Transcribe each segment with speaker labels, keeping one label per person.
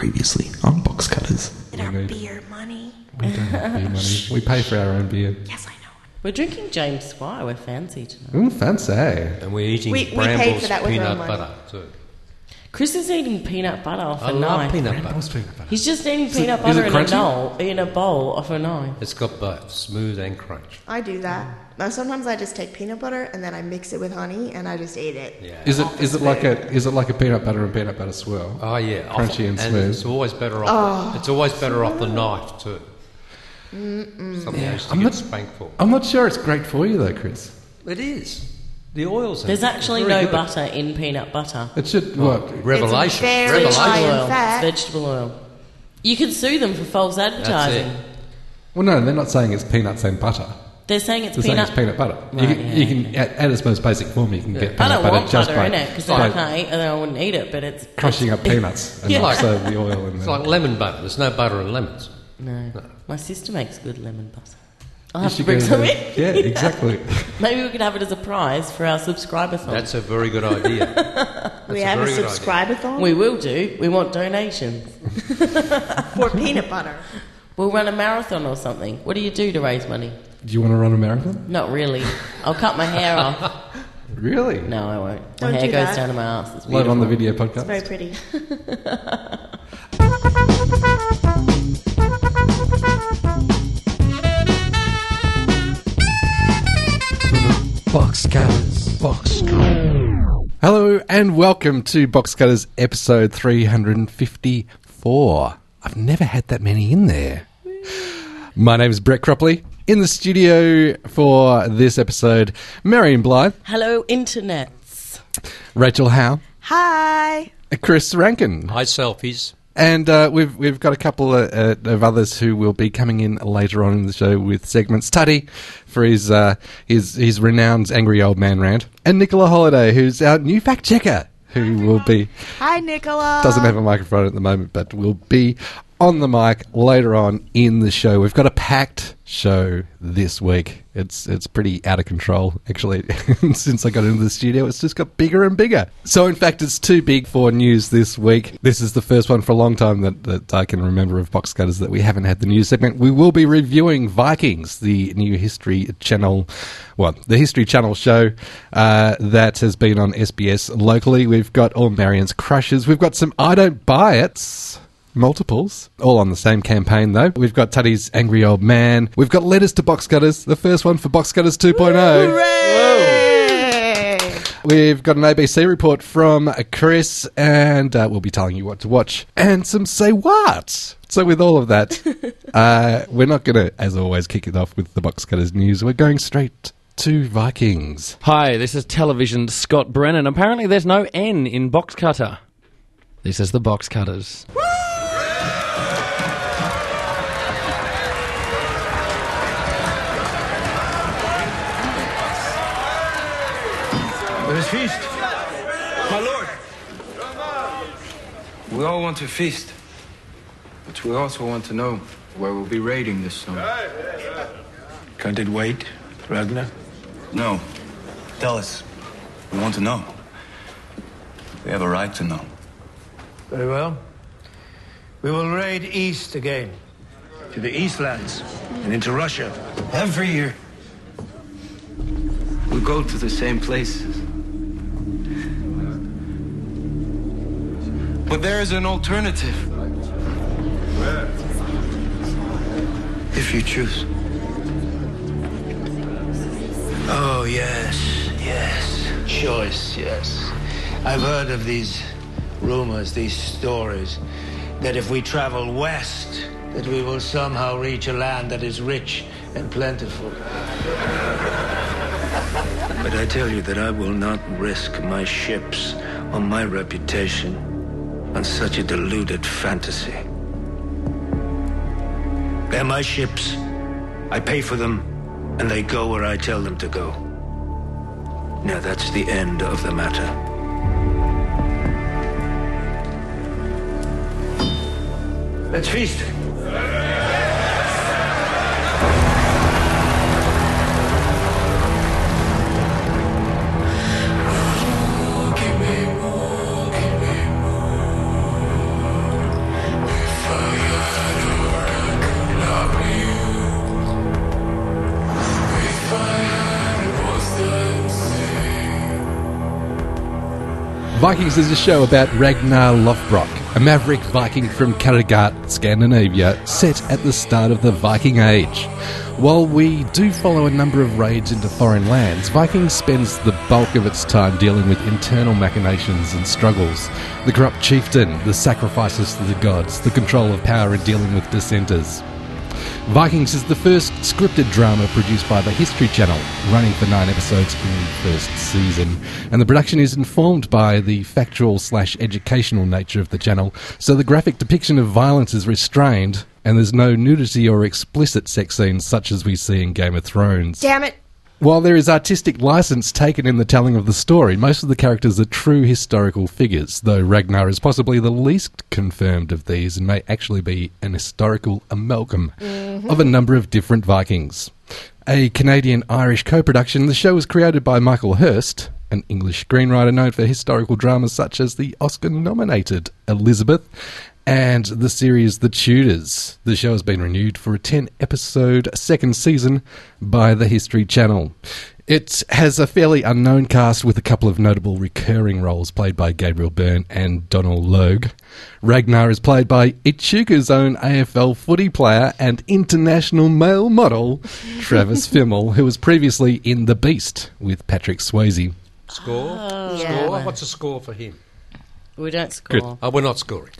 Speaker 1: previously on box cutters.
Speaker 2: And our beer money.
Speaker 3: We don't have beer money. We pay for our own beer.
Speaker 2: Yes, I know.
Speaker 4: We're drinking James Squire. We're fancy tonight.
Speaker 3: Ooh, fancy. eh?
Speaker 5: And we're eating
Speaker 6: We- we paid
Speaker 5: Brambles
Speaker 6: for that with our
Speaker 5: peanut
Speaker 6: own
Speaker 5: butter too.
Speaker 4: Chris is eating peanut butter off
Speaker 5: I
Speaker 4: a
Speaker 5: love
Speaker 4: knife.
Speaker 5: peanut butter.
Speaker 3: Brambles peanut butter.
Speaker 4: He's just eating
Speaker 3: it-
Speaker 4: peanut
Speaker 3: is it
Speaker 4: butter in a,
Speaker 3: crunchy?
Speaker 4: bowl, in a bowl off a knife.
Speaker 5: It's got both smooth and crunch.
Speaker 6: I do that. Now, sometimes I just take peanut butter and then I mix it with honey and I just eat it.
Speaker 5: Yeah.
Speaker 3: Is it is it like a is it like a peanut butter and peanut butter swirl?
Speaker 5: Oh yeah, off-
Speaker 3: Crunchy and smooth.
Speaker 5: It's always better off.
Speaker 6: Oh.
Speaker 5: it's always better off the knife too. Something I used to
Speaker 3: I'm
Speaker 5: get
Speaker 3: not-
Speaker 5: spanked for.
Speaker 3: I'm not sure it's great for you though, Chris.
Speaker 5: It is. The oils. in
Speaker 4: There's
Speaker 5: it. It's
Speaker 4: actually
Speaker 5: very
Speaker 4: no
Speaker 5: good.
Speaker 4: butter in peanut butter.
Speaker 3: It should work.
Speaker 5: Revelation.
Speaker 6: very
Speaker 5: Revelation.
Speaker 6: high- in
Speaker 4: Vegetable oil.
Speaker 6: fact-
Speaker 4: It's vegetable oil. You can sue them for false advertising.
Speaker 3: Well, no, they're not saying it's peanuts and butter.
Speaker 4: They're saying it's
Speaker 3: They're saying
Speaker 4: peanut.
Speaker 3: it's peanut butter. you
Speaker 4: Right,
Speaker 3: can,
Speaker 4: yeah,
Speaker 3: you can at, at its most basic form, you can get peanut
Speaker 4: I don't
Speaker 3: butter
Speaker 4: want
Speaker 3: just
Speaker 4: butter
Speaker 3: by,
Speaker 4: in it because
Speaker 3: by
Speaker 4: I can't eat, and I wouldn't eat it. But it's
Speaker 3: crushing up peanuts and
Speaker 4: Yeah.
Speaker 3: also the oil in
Speaker 5: It's
Speaker 3: there.
Speaker 5: like lemon butter. There's no butter in lemons.
Speaker 4: no. My sister makes good lemon butter.
Speaker 3: You
Speaker 4: I'll have to
Speaker 3: should
Speaker 4: bring
Speaker 3: go
Speaker 4: some
Speaker 3: there.
Speaker 4: in.
Speaker 3: Yeah, exactly.
Speaker 4: Maybe we could have it as a prize for our subscriber song.
Speaker 5: That's a very good idea.
Speaker 6: we
Speaker 5: a
Speaker 6: have a
Speaker 5: very good idea.
Speaker 6: subscribe-a-thon
Speaker 4: we will do. We want donations.
Speaker 6: for peanut butter.
Speaker 4: We'll run a marathon or something. What do you do to raise money?
Speaker 3: Do you want to run a marathon?
Speaker 4: Not really. I'll cut my hair off.
Speaker 3: Really?
Speaker 4: No, I won't. My
Speaker 6: Don't
Speaker 4: hair
Speaker 6: do
Speaker 4: goes
Speaker 6: that.
Speaker 4: down to my ass. It's
Speaker 3: Live on the
Speaker 4: beautiful.
Speaker 3: video
Speaker 6: It's very
Speaker 3: podcast.
Speaker 6: pretty.
Speaker 3: Box cutters. Box Hello and welcome to Box Cutters episode 354. I've never had that many in there. My name is Brett Cropley. In the studio for this episode, Marion Blythe,
Speaker 4: Hello, internets.
Speaker 3: Rachel Howe,
Speaker 6: Hi.
Speaker 3: Chris Rankin.
Speaker 5: High selfies.
Speaker 3: And uh, we've we've got a couple of, uh, of others who will be coming in later on in the show with segments. Tuddy for his uh, his his renowned angry old man rant, and Nicola Holiday, who's our new fact checker, who will be
Speaker 6: Hi, Nicola.
Speaker 3: doesn't have a microphone at the moment, but will be on the mic later on in the show. We've got a packed show this week. It's it's pretty out of control actually. Since I got into the studio, it's just got bigger and bigger. So in fact, it's too big for news this week. This is the first one for a long time that, that I can remember of box cutters that we haven't had the news segment. We will be reviewing Vikings, the new History Channel, well, the History Channel show uh, that has been on SBS locally. We've got all Marion's crushes. We've got some I don't buy it's. Multiples, all on the same campaign though. We've got Tuddy's Angry Old Man. We've got Letters to Box Cutters, the first one for Box Cutters 2.0. We've got an ABC report from Chris, and uh, we'll be telling you what to watch and some say what. So, with all of that, uh, we're not going to, as always, kick it off with the box cutters news. We're going straight to Vikings.
Speaker 7: Hi, this is television Scott Brennan. Apparently, there's no N in box cutter. This is the box cutters.
Speaker 8: Let us feast. My lord. We all want to feast. But we also want to know where we'll be raiding this summer.
Speaker 9: Can't it wait, Ragnar?
Speaker 10: No. Tell us. We want to know. We have a right to know.
Speaker 9: Very well. We will raid east again. To the Eastlands and into Russia.
Speaker 8: Every year. We go to the same places. But there is an alternative. If you choose.
Speaker 9: Oh, yes, yes. Choice, yes. I've heard of these rumors, these stories, that if we travel west, that we will somehow reach a land that is rich and plentiful. but I tell you that I will not risk my ships or my reputation on such a deluded fantasy. They're my ships. I pay for them, and they go where I tell them to go. Now that's the end of the matter. Let's feast.
Speaker 3: Vikings is a show about Ragnar Lothbrok, a maverick Viking from Kattegat, Scandinavia, set at the start of the Viking Age. While we do follow a number of raids into foreign lands, Viking spends the bulk of its time dealing with internal machinations and struggles. The corrupt chieftain, the sacrifices to the gods, the control of power and dealing with dissenters. Vikings is the first scripted drama produced by the History Channel, running for nine episodes in the first season. And the production is informed by the factual slash educational nature of the channel, so the graphic depiction of violence is restrained, and there's no nudity or explicit sex scenes such as we see in Game of Thrones.
Speaker 6: Damn it.
Speaker 3: While there is artistic license taken in the telling of the story, most of the characters are true historical figures, though Ragnar is possibly the least confirmed of these and may actually be an historical amalgam of a number of different Vikings. A Canadian Irish co production, the show was created by Michael Hurst, an English screenwriter known for historical dramas such as the Oscar nominated Elizabeth and the series The Tudors. The show has been renewed for a 10 episode second season by the History Channel. It has a fairly unknown cast with a couple of notable recurring roles played by Gabriel Byrne and Donald Logue. Ragnar is played by Echuka's own AFL footy player and international male model, Travis Fimmel, who was previously in The Beast with Patrick Swayze.
Speaker 5: Score?
Speaker 4: Oh.
Speaker 5: score? What's a score for him?
Speaker 4: We don't score.
Speaker 5: Oh, we're not scoring.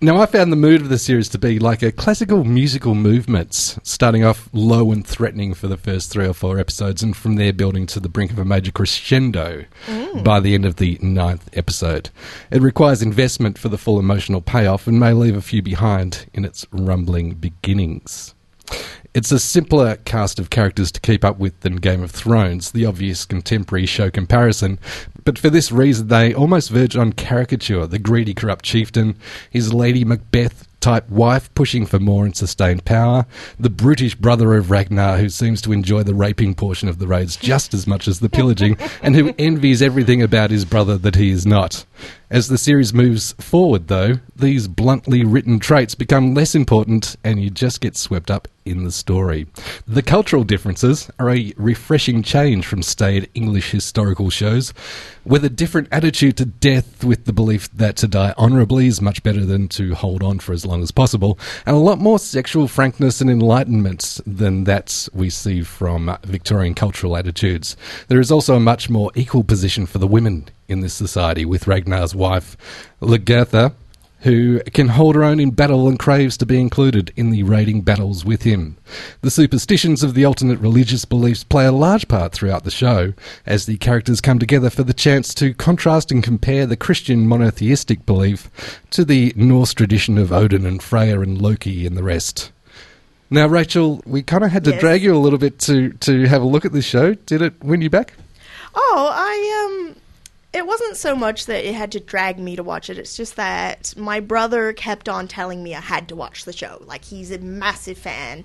Speaker 3: Now, I found the mood of the series to be like a classical musical movements, starting off low and threatening for the first three or four episodes, and from there building to the brink of a major crescendo by the end of the ninth episode. It requires investment for the full emotional payoff and may leave a few behind in its rumbling beginnings. It's a simpler cast of characters to keep up with than Game of Thrones, the obvious contemporary show comparison, but for this reason they almost verge on caricature the greedy, corrupt chieftain, his Lady Macbeth type wife pushing for more and sustained power, the brutish brother of Ragnar who seems to enjoy the raping portion of the raids just as much as the pillaging, and who envies everything about his brother that he is not. As the series moves forward, though, these bluntly written traits become less important and you just get swept up in the story. The cultural differences are a refreshing change from staid English historical shows, with a different attitude to death, with the belief that to die honourably is much better than to hold on for as long as possible, and a lot more sexual frankness and enlightenment than that we see from Victorian cultural attitudes. There is also a much more equal position for the women in this society, with Ragnar's wife, Lagertha, who can hold her own in battle and craves to be included in the raiding battles with him. The superstitions of the alternate religious beliefs play a large part throughout the show, as the characters come together for the chance to contrast and compare the Christian monotheistic belief to the Norse tradition of Odin and Freya and Loki and the rest. Now, Rachel, we kind of had to
Speaker 6: Yes.
Speaker 3: drag you a little bit to, to have a look at this show. Did it win you back?
Speaker 6: Oh, I um it wasn't so much that it had to drag me to watch it. It's just that my brother kept on telling me I had to watch the show. Like he's a massive fan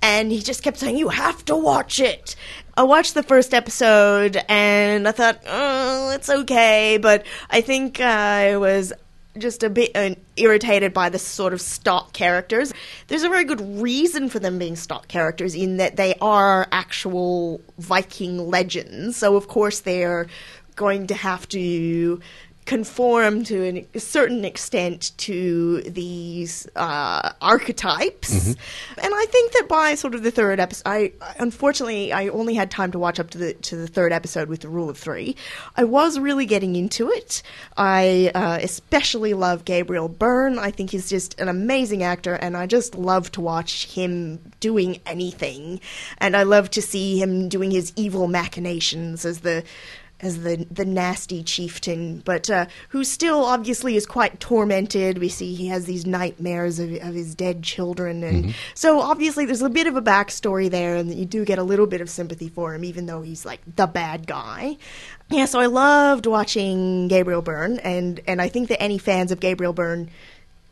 Speaker 6: and he just kept saying you have to watch it. I watched the first episode and I thought, "Oh, it's okay," but I think I was just a bit uh, irritated by the sort of stock characters. There's a very good reason for them being stock characters in that they are actual Viking legends. So, of course, they're going to have to conform to an, a certain extent to these uh, archetypes. And I think that by sort of the third episode, I unfortunately I only had time to watch up to the to the third episode with the rule of three. I was really getting into it. I uh, especially love Gabriel Byrne. I think he's just an amazing actor, and I just love to watch him doing anything. And I love to see him doing his evil machinations as the as the the nasty chieftain, but uh, who still obviously is quite tormented. We see he has these nightmares of, of his dead children, and so obviously there's a bit of a backstory there, and you do get a little bit of sympathy for him, even though he's like the bad guy. Yeah, so I loved watching Gabriel Byrne, and and I think that any fans of Gabriel Byrne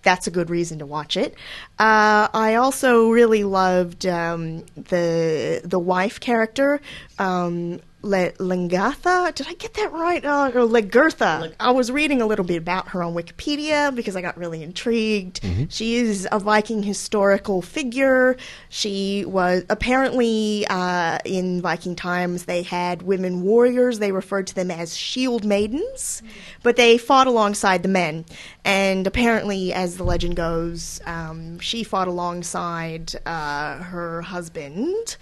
Speaker 6: that's a good reason to watch it. Uh, I also really loved um, the the wife character, um, Le- Langatha? Did I get that right? Uh, or Legurtha. I was reading a little bit about her on Wikipedia because I got really intrigued.
Speaker 11: Mhm.
Speaker 6: She is a Viking historical figure. She was apparently uh, in Viking times they had women warriors. They referred to them as shield maidens, but they fought alongside the men. And apparently, as the legend goes, um, she fought alongside uh, her husband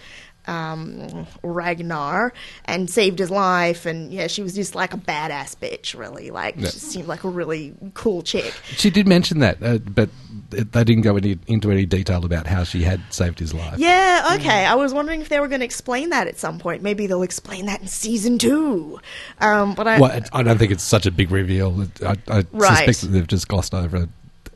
Speaker 6: um, Ragnar and saved his life. And yeah, she was just like a badass bitch, really. Like,
Speaker 3: Yeah.
Speaker 6: she seemed like a really cool chick.
Speaker 3: She did mention that, uh, but it- they didn't go any, into any detail about how she had saved his life.
Speaker 6: Yeah, okay. I was wondering if they were going to explain that at some point. Maybe they'll explain that in season two. Um, but I.
Speaker 3: well, I- I don't think it's such a big reveal. I, I
Speaker 6: Right.
Speaker 3: suspect that they've just glossed over it,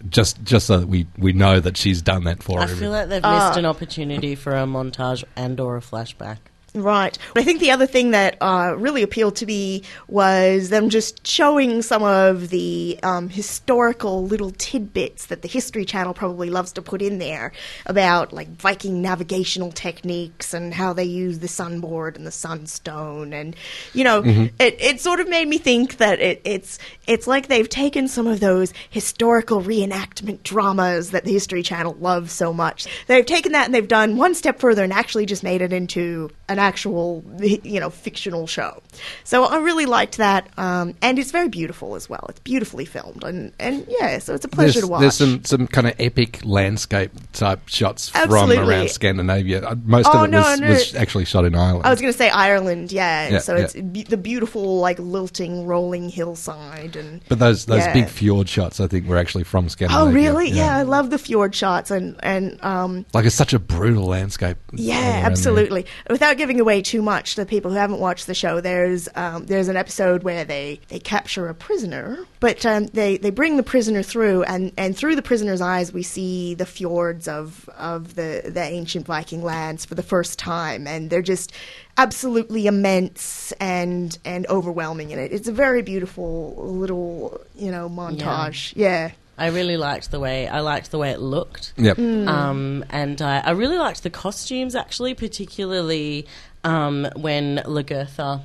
Speaker 3: just just so that we, we know that she's done that for
Speaker 4: I
Speaker 3: everyone.
Speaker 4: feel like they've
Speaker 6: Ah.
Speaker 4: missed an opportunity for a montage and or a flashback.
Speaker 6: Right. But I think the other thing that uh, really appealed to me was them just showing some of the um, historical little tidbits that the History Channel probably loves to put in there about like Viking navigational techniques and how they used the sunboard and the sunstone. And, you know,
Speaker 11: Mhm.
Speaker 6: it, it sort of made me think that it, it's, it's like they've taken some of those historical reenactment dramas that the History Channel loves so much. They've taken that and they've done one step further and actually just made it into an actual, you know, fictional show. So I really liked that, um, and it's very beautiful as well. It's beautifully filmed, and and yeah, so it's a pleasure
Speaker 3: there's,
Speaker 6: to watch.
Speaker 3: There's some, some kind of epic landscape type shots
Speaker 6: Absolutely.
Speaker 3: from around Scandinavia. Uh, Most
Speaker 6: Oh,
Speaker 3: of it
Speaker 6: no,
Speaker 3: was,
Speaker 6: no.
Speaker 3: was actually shot in Ireland.
Speaker 6: I was going to say Ireland, yeah. and
Speaker 3: Yeah,
Speaker 6: so
Speaker 3: yeah.
Speaker 6: it's be- the beautiful, like lilting, rolling hillside, and
Speaker 3: but those those
Speaker 6: yeah.
Speaker 3: big fjord shots, I think, were actually from
Speaker 6: Oh
Speaker 3: Scandinavia.
Speaker 6: really? Yeah. I love the fjord shots and and um,
Speaker 3: Like it's such a brutal landscape. all around
Speaker 6: Yeah,
Speaker 3: there.
Speaker 6: absolutely. Without giving away too much to people who haven't watched the show, there's um, there's an episode where they, they capture a prisoner, but um, they, they bring the prisoner through, and, and through the prisoner's eyes, we see the fjords of of the, the ancient Viking lands for the first time, and they're just absolutely immense and and overwhelming in it. It's a very beautiful little you know montage. Yeah.
Speaker 4: I really liked the way I liked the way it looked.
Speaker 3: Yep.
Speaker 6: Hmm.
Speaker 3: Mm.
Speaker 4: Um, and I, I really liked the costumes actually, particularly um, when Lagurtha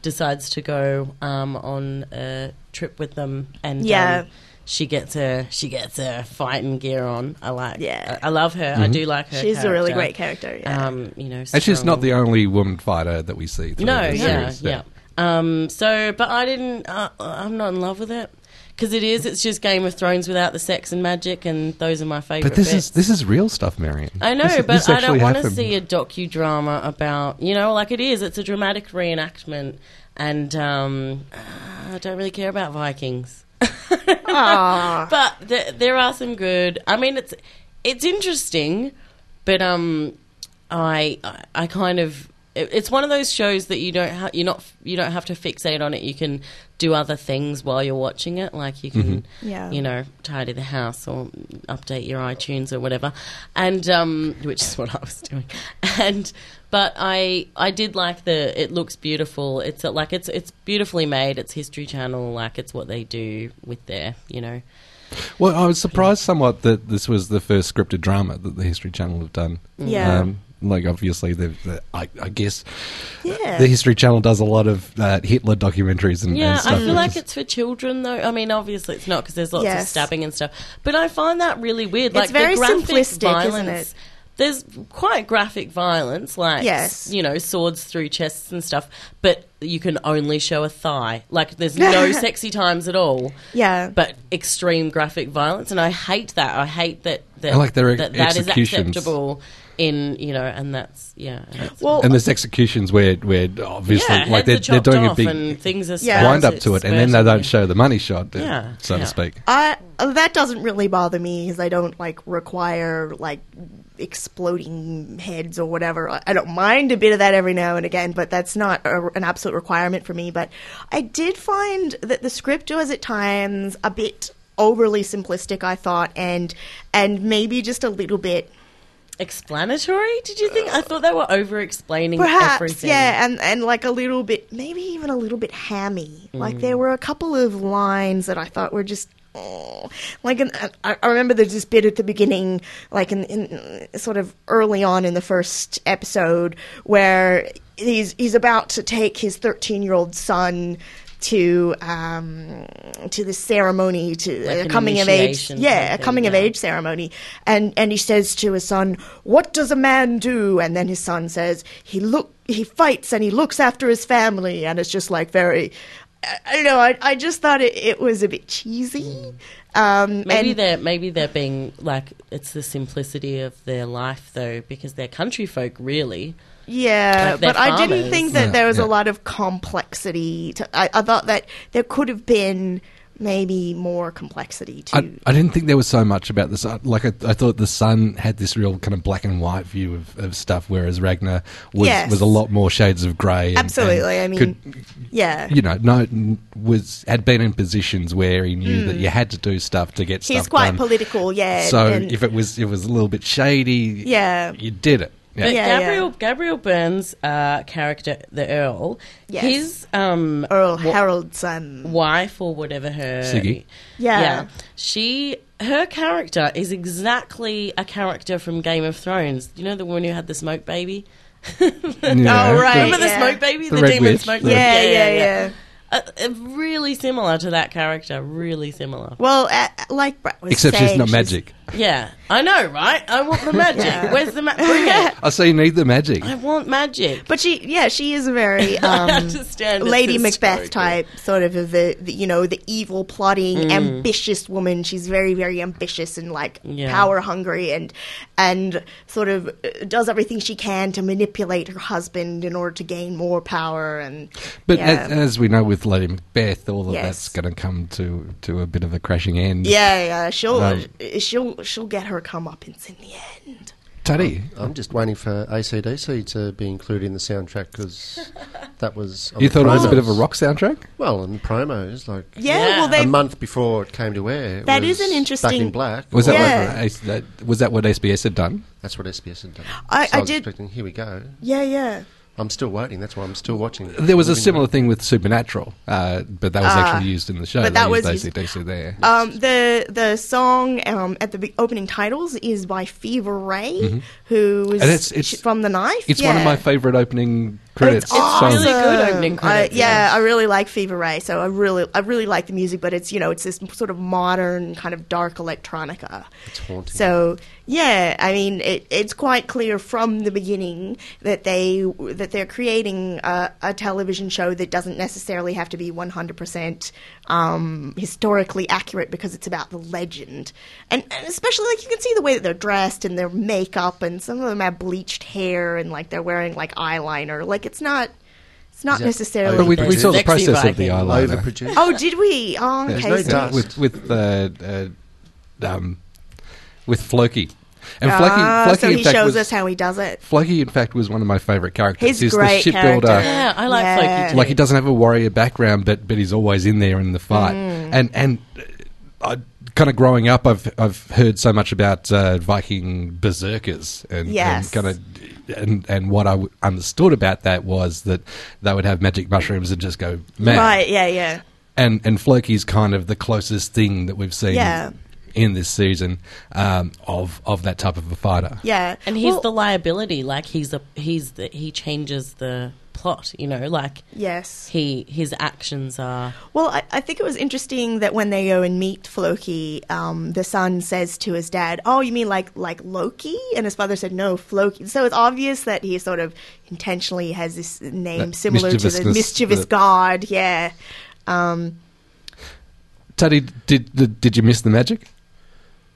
Speaker 4: decides to go um, on a trip with them, and
Speaker 6: Yeah.
Speaker 4: um, she gets her she gets her fighting gear on. I like.
Speaker 6: Yeah.
Speaker 4: I, I love her. I
Speaker 3: Mhm.
Speaker 4: do like her.
Speaker 6: She's a really great character, yeah.
Speaker 4: Um, you know,
Speaker 3: And she's
Speaker 4: strong.
Speaker 3: not the only woman fighter that we see. through
Speaker 4: No,
Speaker 3: the
Speaker 4: yeah,
Speaker 3: series.
Speaker 4: yeah. Um, so, but I didn't. Uh, I'm not in love with it because it is. It's just Game of Thrones without the sex and magic, and those are my favorite.
Speaker 3: But this
Speaker 4: bits.
Speaker 3: is this is real stuff, Marion.
Speaker 4: I know,
Speaker 3: This-
Speaker 4: but
Speaker 3: this
Speaker 4: I don't
Speaker 3: actually
Speaker 4: want to
Speaker 3: happened.
Speaker 4: see a docudrama about you know, like it is. It's a dramatic reenactment, and um, uh, I don't really care about Vikings. but th- there are some good. I mean, it's it's interesting, but um, I I, I kind of it- it's one of those shows that you don't ha- you're not you don't have to fixate on it. You can do other things while you're watching it, like you can
Speaker 6: Mhm. Yeah.
Speaker 4: you know tidy the house or update your iTunes or whatever, and um, which is what I was doing. And but I I did like the it looks beautiful. It's uh, like it's it's beautifully made. It's History Channel, like it's what they do with their you know
Speaker 3: Well, I was surprised somewhat that this was the first scripted drama that the History Channel have done.
Speaker 4: Mm.
Speaker 6: Yeah.
Speaker 3: Um, like obviously, they've, they- I, I guess
Speaker 4: Yeah.
Speaker 3: the History Channel does a lot of uh, Hitler documentaries and,
Speaker 4: Yeah,
Speaker 3: and stuff.
Speaker 4: I feel
Speaker 3: which
Speaker 4: like
Speaker 3: is-
Speaker 4: it's for children, though. I mean, obviously it's not because there's lots of
Speaker 6: Yes.
Speaker 4: stabbing and stuff. But I find that really weird.
Speaker 6: It's
Speaker 4: like
Speaker 6: very
Speaker 4: the graphic
Speaker 6: simplistic, isn't
Speaker 4: violence.
Speaker 6: it?
Speaker 4: There's quite graphic violence, like
Speaker 6: Yes.
Speaker 4: you know, swords through chests and stuff. But you can only show a thigh. Like there's no sexy times at all.
Speaker 6: Yeah.
Speaker 4: But extreme graphic violence, and I hate that. I hate that. that
Speaker 3: I like their
Speaker 4: that, that is
Speaker 3: executions.
Speaker 4: acceptable. In you know, and that's yeah. and that's-
Speaker 6: Well,
Speaker 3: and there's executions where, where obviously,
Speaker 4: Yeah,
Speaker 3: like
Speaker 4: heads
Speaker 3: they're, they're
Speaker 4: are chopped
Speaker 3: doing a
Speaker 4: off
Speaker 3: big
Speaker 4: and things are
Speaker 6: Yeah.
Speaker 3: wind up to it, and then they
Speaker 4: spurting.
Speaker 3: don't show the money shot, uh,
Speaker 6: Yeah.
Speaker 3: so
Speaker 6: Yeah.
Speaker 3: to speak.
Speaker 6: I uh, that doesn't really bother me because I don't like require like exploding heads or whatever. I I don't mind a bit of that every now and again, but that's not a, an absolute requirement for me. But I did find that the script was at times a bit overly simplistic. I thought, and and maybe just a little bit
Speaker 4: explanatory. Did you think? I thought they were over explaining
Speaker 6: Perhaps,
Speaker 4: everything.
Speaker 6: yeah, and, and like a little bit, maybe even a little bit hammy. Like
Speaker 4: Mm.
Speaker 6: there were a couple of lines that I thought were just. Oh, like an, I I remember there's this bit at the beginning, like in, in sort of early on in the first episode, where he's he's about to take his 13 year old son to um, to this ceremony to
Speaker 4: Like
Speaker 6: a
Speaker 4: an
Speaker 6: coming of age
Speaker 4: initiation
Speaker 6: yeah a
Speaker 4: type thing,
Speaker 6: coming of
Speaker 4: yeah.
Speaker 6: age ceremony and and he says to his son what does a man do and then his son says he look he fights and he looks after his family and it's just like very I- I don't know. I, I just thought it, it was a bit cheesy. Um,
Speaker 4: Maybe
Speaker 6: and-
Speaker 4: they're maybe they're being like it's the simplicity of their life though because they're country folk really.
Speaker 6: Yeah,
Speaker 4: Like they're
Speaker 6: but I didn't
Speaker 4: farmers.
Speaker 6: think that
Speaker 4: Yeah,
Speaker 6: there was
Speaker 4: yeah.
Speaker 6: a lot of complexity. To, I, I thought that there could have been maybe more complexity to.
Speaker 3: I, I didn't think there was so much about this. I- Like I, I thought, the Sun had this real kind of black and white view of, of stuff, whereas Ragnar was
Speaker 6: Yes.
Speaker 3: was a lot more shades of grey. and-
Speaker 6: Absolutely,
Speaker 3: and
Speaker 6: I mean,
Speaker 3: could-
Speaker 6: yeah,
Speaker 3: you know, no was had been in positions where he knew that
Speaker 6: Mm.
Speaker 3: you had to do stuff to get
Speaker 6: he's
Speaker 3: stuff
Speaker 6: quite
Speaker 3: done.
Speaker 6: political. Yeah,
Speaker 3: so
Speaker 6: and-
Speaker 3: if it was it was a little bit shady,
Speaker 6: Yeah.
Speaker 3: you did it.
Speaker 4: But Gabriel Gabriel Burns' uh, character, the Earl,
Speaker 6: Yes.
Speaker 4: his um,
Speaker 6: Earl
Speaker 4: wa-
Speaker 6: Harold's um,
Speaker 4: wife or whatever her
Speaker 3: Siggy.
Speaker 6: Yeah.
Speaker 4: she her character is exactly a character from Game of Thrones. You know the woman who had the smoke baby.
Speaker 6: Yeah. Oh, right,
Speaker 4: Remember the
Speaker 6: yeah.
Speaker 4: smoke baby,
Speaker 6: The
Speaker 4: the,
Speaker 6: Red
Speaker 4: demon
Speaker 6: Witch,
Speaker 4: smoke.
Speaker 6: the-
Speaker 4: baby?
Speaker 6: Yeah, yeah, yeah.
Speaker 4: Uh, uh, really similar to that character. Really similar.
Speaker 6: well, uh, like Brett was
Speaker 3: Except
Speaker 6: saying,
Speaker 3: she's not magic.
Speaker 4: Yeah, I know, right? I want the magic. Where's the magic? Bring it.
Speaker 3: I say you need the magic.
Speaker 4: I want magic.
Speaker 6: But she, yeah, she is a very
Speaker 4: I
Speaker 6: um,
Speaker 4: understand it's
Speaker 6: Lady Macbeth
Speaker 4: historical.
Speaker 6: type, sort of of the, the you know the evil, plotting,
Speaker 4: Mm.
Speaker 6: ambitious woman. She's very, very ambitious and like
Speaker 4: Yeah.
Speaker 6: power hungry, and and sort of uh, does everything she can to manipulate her husband in order to gain more power. And
Speaker 3: But
Speaker 6: yeah,
Speaker 3: as, as we know with Lady Macbeth, all of
Speaker 6: Yes.
Speaker 3: that's going to come to to a bit of a crashing end.
Speaker 6: yeah, yeah, she'll
Speaker 3: Um,
Speaker 6: she'll she'll get her comeuppance in the end.
Speaker 3: Teddy.
Speaker 11: I'm just waiting for ACDC to be included in the soundtrack because that was. on
Speaker 3: You
Speaker 11: the
Speaker 3: thought it was a bit of
Speaker 11: promos.
Speaker 3: a rock soundtrack?
Speaker 11: Well, in the promos, like
Speaker 6: Yeah, Yeah. well, they-
Speaker 11: a month before it came to air.
Speaker 6: That
Speaker 11: That
Speaker 6: is
Speaker 11: is
Speaker 6: an
Speaker 11: Back
Speaker 6: interesting-
Speaker 11: in black.
Speaker 3: Was that,
Speaker 11: all
Speaker 6: Yeah.
Speaker 11: over.
Speaker 3: what, S- that- was that what SBS had done?
Speaker 11: That's what SBS had done.
Speaker 6: I-
Speaker 11: So
Speaker 6: I
Speaker 11: was
Speaker 6: did-
Speaker 11: Expecting, here we go.
Speaker 6: Yeah, yeah.
Speaker 11: I'm still waiting. That's why I'm still watching.
Speaker 3: There was a
Speaker 11: Living-
Speaker 3: similar thing with Supernatural, uh, but that was
Speaker 6: Ah.
Speaker 3: actually used in the show.
Speaker 6: But
Speaker 3: they
Speaker 6: that
Speaker 3: used
Speaker 6: was used-
Speaker 3: AC/DC there.
Speaker 6: Um, the the song um, at the be- opening titles is by Fever Ray,
Speaker 3: Mhm.
Speaker 6: who was
Speaker 3: And it's- it's-
Speaker 6: from the Knife.
Speaker 3: It's one of
Speaker 6: Yeah.
Speaker 3: my favourite opening credits.
Speaker 6: It's awesome.
Speaker 3: songs.
Speaker 6: I- yeah, Uh, I really like Fever Ray, so I really I really like the music, but it's you know it's this sort of modern kind of dark electronica.
Speaker 11: It's haunting.
Speaker 6: So yeah, I mean it, it's quite clear from the beginning that they that they're creating a, a television show that doesn't necessarily have to be 100% um, historically accurate because it's about the legend, and, and especially like you can see the way that they're dressed and their makeup, and some of them have bleached hair and like they're wearing like eyeliner. Like it's not it's not
Speaker 11: Is that
Speaker 6: necessarily.
Speaker 3: But we, we
Speaker 11: Overproduced.
Speaker 3: saw the
Speaker 11: Sexy
Speaker 3: process of the
Speaker 11: Viking.
Speaker 3: eyeliner.
Speaker 11: Overproduced.
Speaker 6: Oh, did we? Oh,
Speaker 3: Yeah,
Speaker 6: okay.
Speaker 3: with-
Speaker 6: so-
Speaker 3: with with uh, uh, um, with Floki, and Floki,
Speaker 6: Ah,
Speaker 3: Floki
Speaker 6: so
Speaker 3: in
Speaker 6: he
Speaker 3: fact
Speaker 6: shows
Speaker 3: was,
Speaker 6: us how he does it.
Speaker 3: Floki, in fact, was one of my favourite characters.
Speaker 6: He's great
Speaker 3: the shipbuilder.
Speaker 6: character. Yeah, I like Floki Yeah. too.
Speaker 3: Like he doesn't have a warrior background, but but he's always in there in the fight.
Speaker 6: Mm.
Speaker 3: And and uh, I kind of growing up, I've I've heard so much about uh, Viking berserkers and,
Speaker 6: Yes.
Speaker 3: kind of. And, and what I w- understood about that was that they would have magic mushrooms and just go mad
Speaker 6: Right? Yeah, yeah.
Speaker 3: and and Floki's kind of the closest thing that we've seen
Speaker 6: Yeah.
Speaker 3: in this season um, of of that type of a fighter.
Speaker 6: Yeah,
Speaker 4: and he's
Speaker 6: Well-
Speaker 4: the liability. Like he's a he's the, he changes the plot. You know, like
Speaker 6: Yes.
Speaker 4: he his actions are.
Speaker 6: Well, I, I think it was interesting that when they go and meet Floki, um, the son says to his dad, "Oh, you mean like like Loki?" And his father said, "No, Floki." So it's obvious that he sort of intentionally has this name
Speaker 3: That
Speaker 6: similar to the
Speaker 3: mischievousness
Speaker 6: mischievous
Speaker 3: that-
Speaker 6: god. Yeah. Um,
Speaker 3: Teddy, did, did did you miss the magic?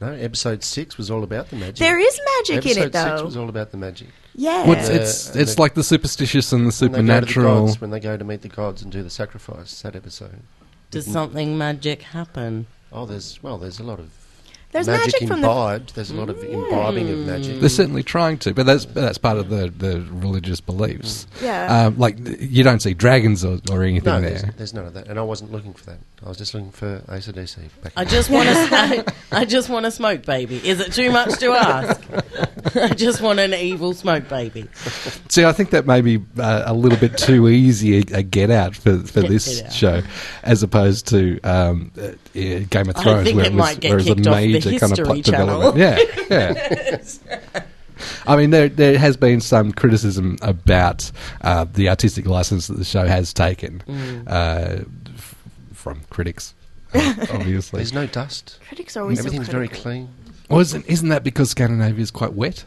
Speaker 11: No, episode six was all about the magic.
Speaker 6: There is magic in
Speaker 11: episode
Speaker 6: it,
Speaker 11: Six
Speaker 6: though.
Speaker 11: was all about the magic.
Speaker 6: Yeah.
Speaker 3: Well, it's it's,
Speaker 11: Uh, and
Speaker 3: it's like the superstitious and the
Speaker 11: when they go to the
Speaker 3: supernatural.
Speaker 11: gods, when they go to meet the gods and do the sacrifice, that episode.
Speaker 4: Does something magic happen?
Speaker 11: Oh, there's well, there's a lot of
Speaker 6: There's
Speaker 11: magic,
Speaker 6: magic from the-
Speaker 11: imbibed. There's a lot of imbibing of magic.
Speaker 4: Mm.
Speaker 3: They're certainly trying to, but that's that's part of the, the religious beliefs.
Speaker 11: Yeah.
Speaker 3: um, like th- you don't see dragons or, or anything
Speaker 11: no,
Speaker 3: there.
Speaker 11: there's, there's none of that, and I wasn't looking for that. I was just looking for ACDC. Back
Speaker 4: I just want to. I just want a smoke baby. Is it too much to ask? I just want an evil smoke baby.
Speaker 3: See, I think that may be uh, a little bit too easy a, a get out for, for
Speaker 4: Get
Speaker 3: this
Speaker 4: it out.
Speaker 3: show, as opposed to um, uh, yeah, Game of
Speaker 4: I
Speaker 3: Thrones,
Speaker 4: think
Speaker 3: was-
Speaker 4: it might get
Speaker 3: where was a
Speaker 4: kicked off the
Speaker 3: major kind of
Speaker 4: History
Speaker 3: plot
Speaker 4: Channel.
Speaker 3: development. Yeah, yeah. I mean, there there has been some criticism about uh, the artistic license that the show has taken
Speaker 6: Mm.
Speaker 3: uh, f- from critics, uh, obviously.
Speaker 11: There's no dust.
Speaker 6: Critics are always so
Speaker 11: Everything's very
Speaker 6: critical.
Speaker 11: clean.
Speaker 3: Well, isn't, isn't that because Scandinavia is quite wet?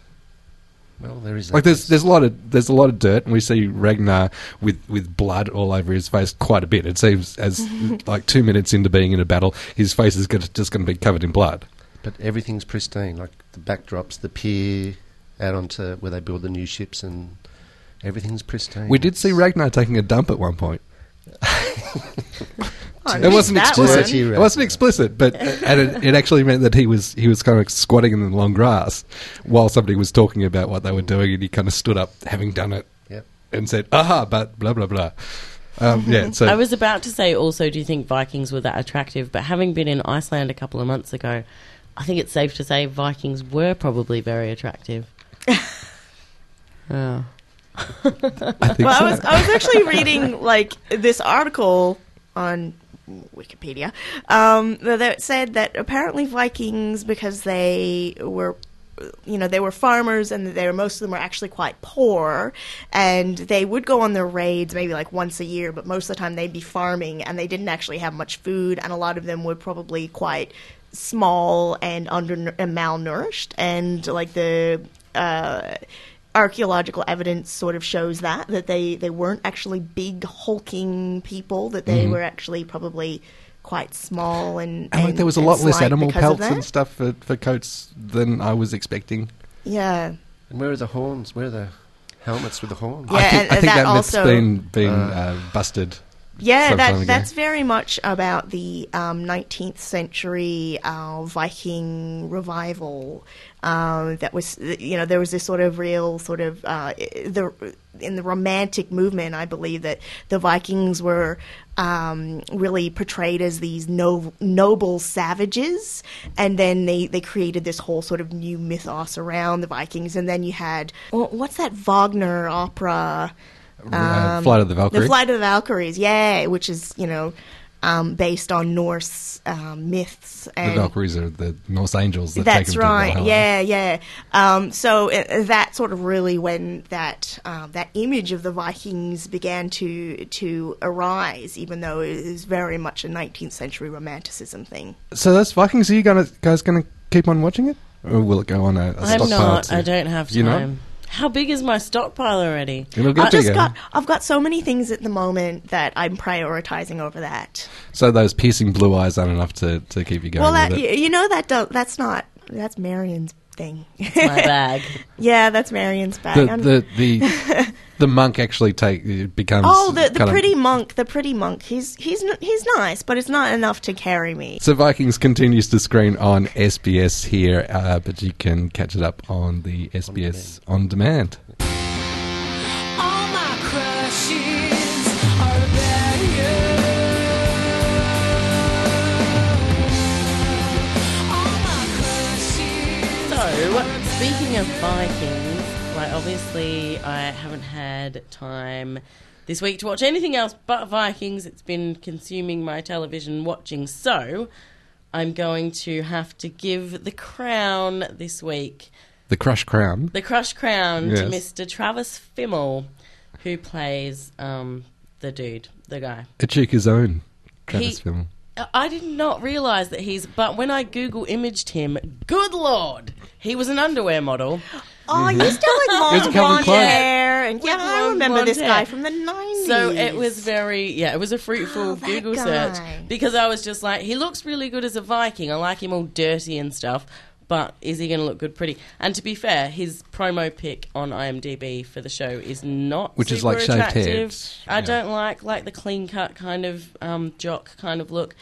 Speaker 11: Well, there is that.
Speaker 3: Like there's there's a lot of there's a lot of dirt, and we see Ragnar with, with blood all over his face quite a bit. It seems as like two minutes into being in a battle, his face is gonna, just going to be covered in blood.
Speaker 11: But everything's pristine, like the backdrops, the pier, out onto where they build the new ships, and everything's pristine.
Speaker 3: We did see Ragnar taking a dump at one point.
Speaker 6: I
Speaker 3: It wasn't
Speaker 6: missed that
Speaker 3: explicit.
Speaker 6: one.
Speaker 3: It wasn't explicit, but and it, it actually meant that he was he was kind of squatting in the long grass while somebody was talking about what they were doing, and he kind of stood up, having done it,
Speaker 11: Yep.
Speaker 3: and said, "Aha!" But blah blah blah. Um, yeah. So
Speaker 4: I was about to say also, do you think Vikings were that attractive? But having been in Iceland a couple of months ago, I think it's safe to say Vikings were probably very attractive. Oh. yeah.
Speaker 6: well, I was I was actually reading like this article on Wikipedia um, that- that said that apparently Vikings because they were you know they were farmers and they were most of them were actually quite poor and they would go on their raids maybe like once a year but most of the time they'd be farming and they didn't actually have much food and a lot of them were probably quite small and under and malnourished and like the uh, archaeological evidence sort of shows that that they they weren't actually big hulking people that they
Speaker 3: Mhm.
Speaker 6: were actually probably quite small and
Speaker 3: and like there was a
Speaker 6: and
Speaker 3: lot less
Speaker 6: slight
Speaker 3: animal
Speaker 6: because of
Speaker 3: pelts and
Speaker 6: that.
Speaker 3: stuff for, for coats than I was expecting.
Speaker 6: yeah
Speaker 11: And where are the horns? Where are the helmets with the horns?
Speaker 6: Yeah,
Speaker 3: I think,
Speaker 6: and-
Speaker 3: I
Speaker 6: and
Speaker 3: think
Speaker 6: that
Speaker 3: that myth's
Speaker 6: also-
Speaker 3: been been uh, busted.
Speaker 6: Yeah,
Speaker 3: sometime
Speaker 6: that,
Speaker 3: ago.
Speaker 6: that's very much about the um, 19th century uh, Viking revival. Um, that was, you know, there was this sort of real sort of uh, the in the Romantic movement. I believe that the Vikings were um, really portrayed as these no, noble savages, and then they they created this whole sort of new mythos around the Vikings. And then you had well, what's that Wagner opera?
Speaker 3: Uh, Flight of the Valkyries?
Speaker 6: Flight of Um, the Valkyries, yeah, which is you know um, based on Norse um, myths.
Speaker 3: The
Speaker 6: And
Speaker 3: Valkyries are the Norse angels. That take
Speaker 6: that's
Speaker 3: them To
Speaker 6: right.
Speaker 3: Valhalla.
Speaker 6: Yeah, yeah. Um, so uh, that sort of really when that um, that image of the Vikings began to to arise, even though it is very much a 19th century romanticism thing.
Speaker 3: So those Vikings, are you gonna, guys going to keep on watching it, or will it go on a, a
Speaker 4: I'm
Speaker 3: stockpile
Speaker 4: not.
Speaker 3: to-
Speaker 4: I don't have time.
Speaker 3: You know?
Speaker 4: How big is my stockpile already?
Speaker 3: It'll get
Speaker 6: I've just
Speaker 3: bigger.
Speaker 6: got I've got so many things at the moment that I'm prioritizing over that.
Speaker 3: So those piercing blue eyes aren't enough to, to keep you going.
Speaker 6: well, that
Speaker 3: with
Speaker 6: you,
Speaker 3: it.
Speaker 6: you know that do, that's not that's Marion's thing.
Speaker 4: my bag.
Speaker 6: Yeah, that's Marion's bag. I'm-
Speaker 3: the the the, the monk actually take it becomes
Speaker 6: oh, the, the
Speaker 3: kind of-
Speaker 6: pretty monk, the pretty monk. He's he's n- he's nice, but it's not enough to carry me.
Speaker 3: So Vikings continues to screen on SBS here, uh, but you can catch it up on the SBS on demand.
Speaker 12: All my crushes are about you. All my crushes.
Speaker 4: So, speaking of Vikings, like obviously I haven't had time this week to watch anything else but Vikings. It's been consuming my television watching. So, I'm going to have to give the crown this week,
Speaker 3: The Crush Crown.
Speaker 4: the crush crown to
Speaker 3: Yes.
Speaker 4: Mr. Travis Fimmel, who plays um, the dude, the guy.
Speaker 3: A cheek is own. Travis
Speaker 4: He-
Speaker 3: film.
Speaker 4: I did not realize that he's. But when I Google imaged him, good lord, he was an underwear model.
Speaker 6: Oh,
Speaker 3: Mm-hmm.
Speaker 6: you still like long
Speaker 4: It's Calvin
Speaker 6: blonde
Speaker 4: Klein.
Speaker 6: hair, and yeah, I
Speaker 4: long
Speaker 6: remember this
Speaker 4: blonde
Speaker 6: guy
Speaker 4: hair.
Speaker 6: from the nineties.
Speaker 4: So it was very, yeah, it was a fruitful Google
Speaker 6: Ah, guy.
Speaker 4: search because I was just like, he looks really good as a Viking. I like him all dirty and stuff, but is he going to look good pretty? And to be fair, his promo pic on IMDb for the show is not
Speaker 3: Which is
Speaker 4: super
Speaker 3: like shaved head.
Speaker 4: attractive. I
Speaker 3: Yeah.
Speaker 4: don't like like the clean cut kind of um, jock kind of look.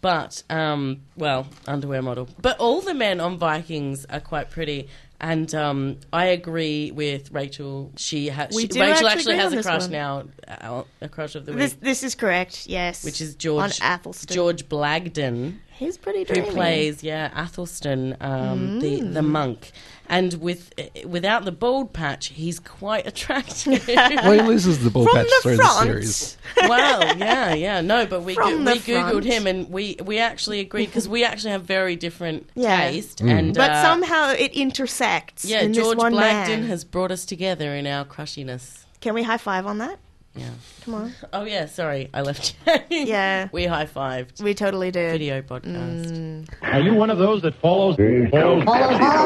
Speaker 4: But um, well, underwear model. But all the men on Vikings are quite pretty, and um, I agree with Rachel. She has
Speaker 6: We
Speaker 4: she,
Speaker 6: do
Speaker 4: Rachel
Speaker 6: actually
Speaker 4: actually
Speaker 6: agree
Speaker 4: has
Speaker 6: on
Speaker 4: a
Speaker 6: this
Speaker 4: crush
Speaker 6: one.
Speaker 4: now, uh, a crush of the week,
Speaker 6: This this is correct. Yes,
Speaker 4: which is George
Speaker 6: on Athelstan.
Speaker 4: George Blagden,
Speaker 6: He's pretty
Speaker 4: who
Speaker 6: dreamy.
Speaker 4: plays yeah Athelstan, um, the the
Speaker 6: Mm.
Speaker 4: monk, and with eh, without the bald patch, he's quite attractive.
Speaker 3: Well, he loses the ball patch through the series.
Speaker 4: well, yeah, yeah, no, but we
Speaker 6: From
Speaker 4: go-
Speaker 6: the
Speaker 4: we googled
Speaker 6: front.
Speaker 4: him and we we actually agreed because we actually have very different
Speaker 6: Yeah.
Speaker 4: taste
Speaker 6: Mm.
Speaker 4: and
Speaker 6: But
Speaker 4: uh,
Speaker 6: somehow it intersects.
Speaker 4: yeah,
Speaker 6: in
Speaker 4: George
Speaker 6: this one
Speaker 4: Blagden
Speaker 6: man.
Speaker 4: has brought us together in our crushiness.
Speaker 6: Can we high five on that?
Speaker 4: Yeah.
Speaker 6: Come on.
Speaker 4: Oh yeah, sorry, I left.
Speaker 6: Yeah. Mm.
Speaker 4: we high fived.
Speaker 6: We totally did.
Speaker 4: Video podcast.
Speaker 13: Are you one of those that follows follows,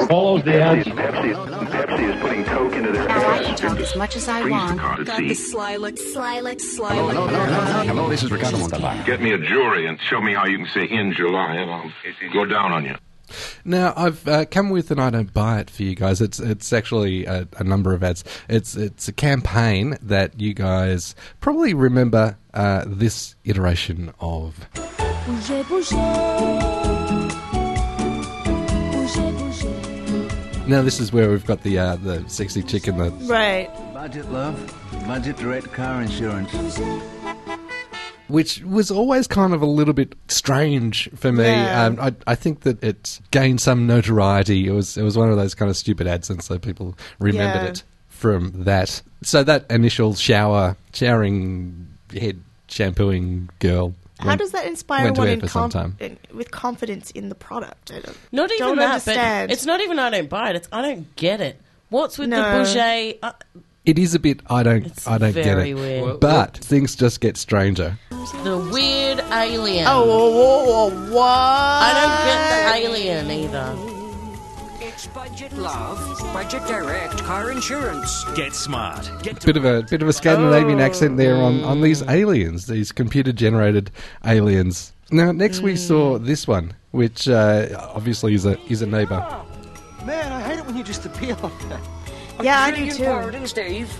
Speaker 13: follows the ads?
Speaker 14: Now I can talk as much as I want. Got the sly look, sly look, sly look.
Speaker 15: Hello, this is Ricardo Montalban. Get me a jury and show me how you can say in July, and I'll go down on you.
Speaker 3: Now I've uh, come with an I don't buy it for you guys. It's it's actually a, a number of ads. It's it's a campaign that you guys probably remember uh, this iteration of.
Speaker 12: Bougez, bougez. Bougez, bougez.
Speaker 3: Now this is where we've got the uh, the sexy chick and the
Speaker 6: Right.
Speaker 16: Budget love, budget direct car insurance.
Speaker 3: which was always kind of a little bit strange for me.
Speaker 16: Yeah.
Speaker 3: Um, I, I think that it gained some notoriety. It was it was one of those kind of stupid ads, and so people remembered
Speaker 16: Yeah.
Speaker 3: it from that. So that initial shower, showering head shampooing girl.
Speaker 6: How
Speaker 3: went-
Speaker 6: does that inspire
Speaker 3: went to
Speaker 6: one
Speaker 3: air
Speaker 6: in
Speaker 3: for
Speaker 6: com-
Speaker 3: some time?
Speaker 6: in- with confidence in the product? I don't,
Speaker 4: Not even
Speaker 6: don't
Speaker 4: that,
Speaker 6: understand.
Speaker 4: but it's not even I don't buy it. It's I don't get it. What's with the
Speaker 6: No.
Speaker 4: bouget? Uh,
Speaker 3: It is a bit. I don't. I don't get
Speaker 4: very
Speaker 3: it.
Speaker 4: weird. Well,
Speaker 3: But things just get stranger.
Speaker 4: the weird alien.
Speaker 6: Oh, whoa, whoa, whoa, what?
Speaker 4: I don't get the alien either.
Speaker 12: It's budget love, budget direct car insurance.
Speaker 17: Get smart. Get
Speaker 3: Bit of a bit of a Scandinavian accent there on, on these aliens, these computer generated aliens. Now, next we saw this one, which uh, obviously is a is a neighbour.
Speaker 12: Man, I hate it when you just appear like that.
Speaker 6: Yeah, I do too.
Speaker 12: Pardons, Dave.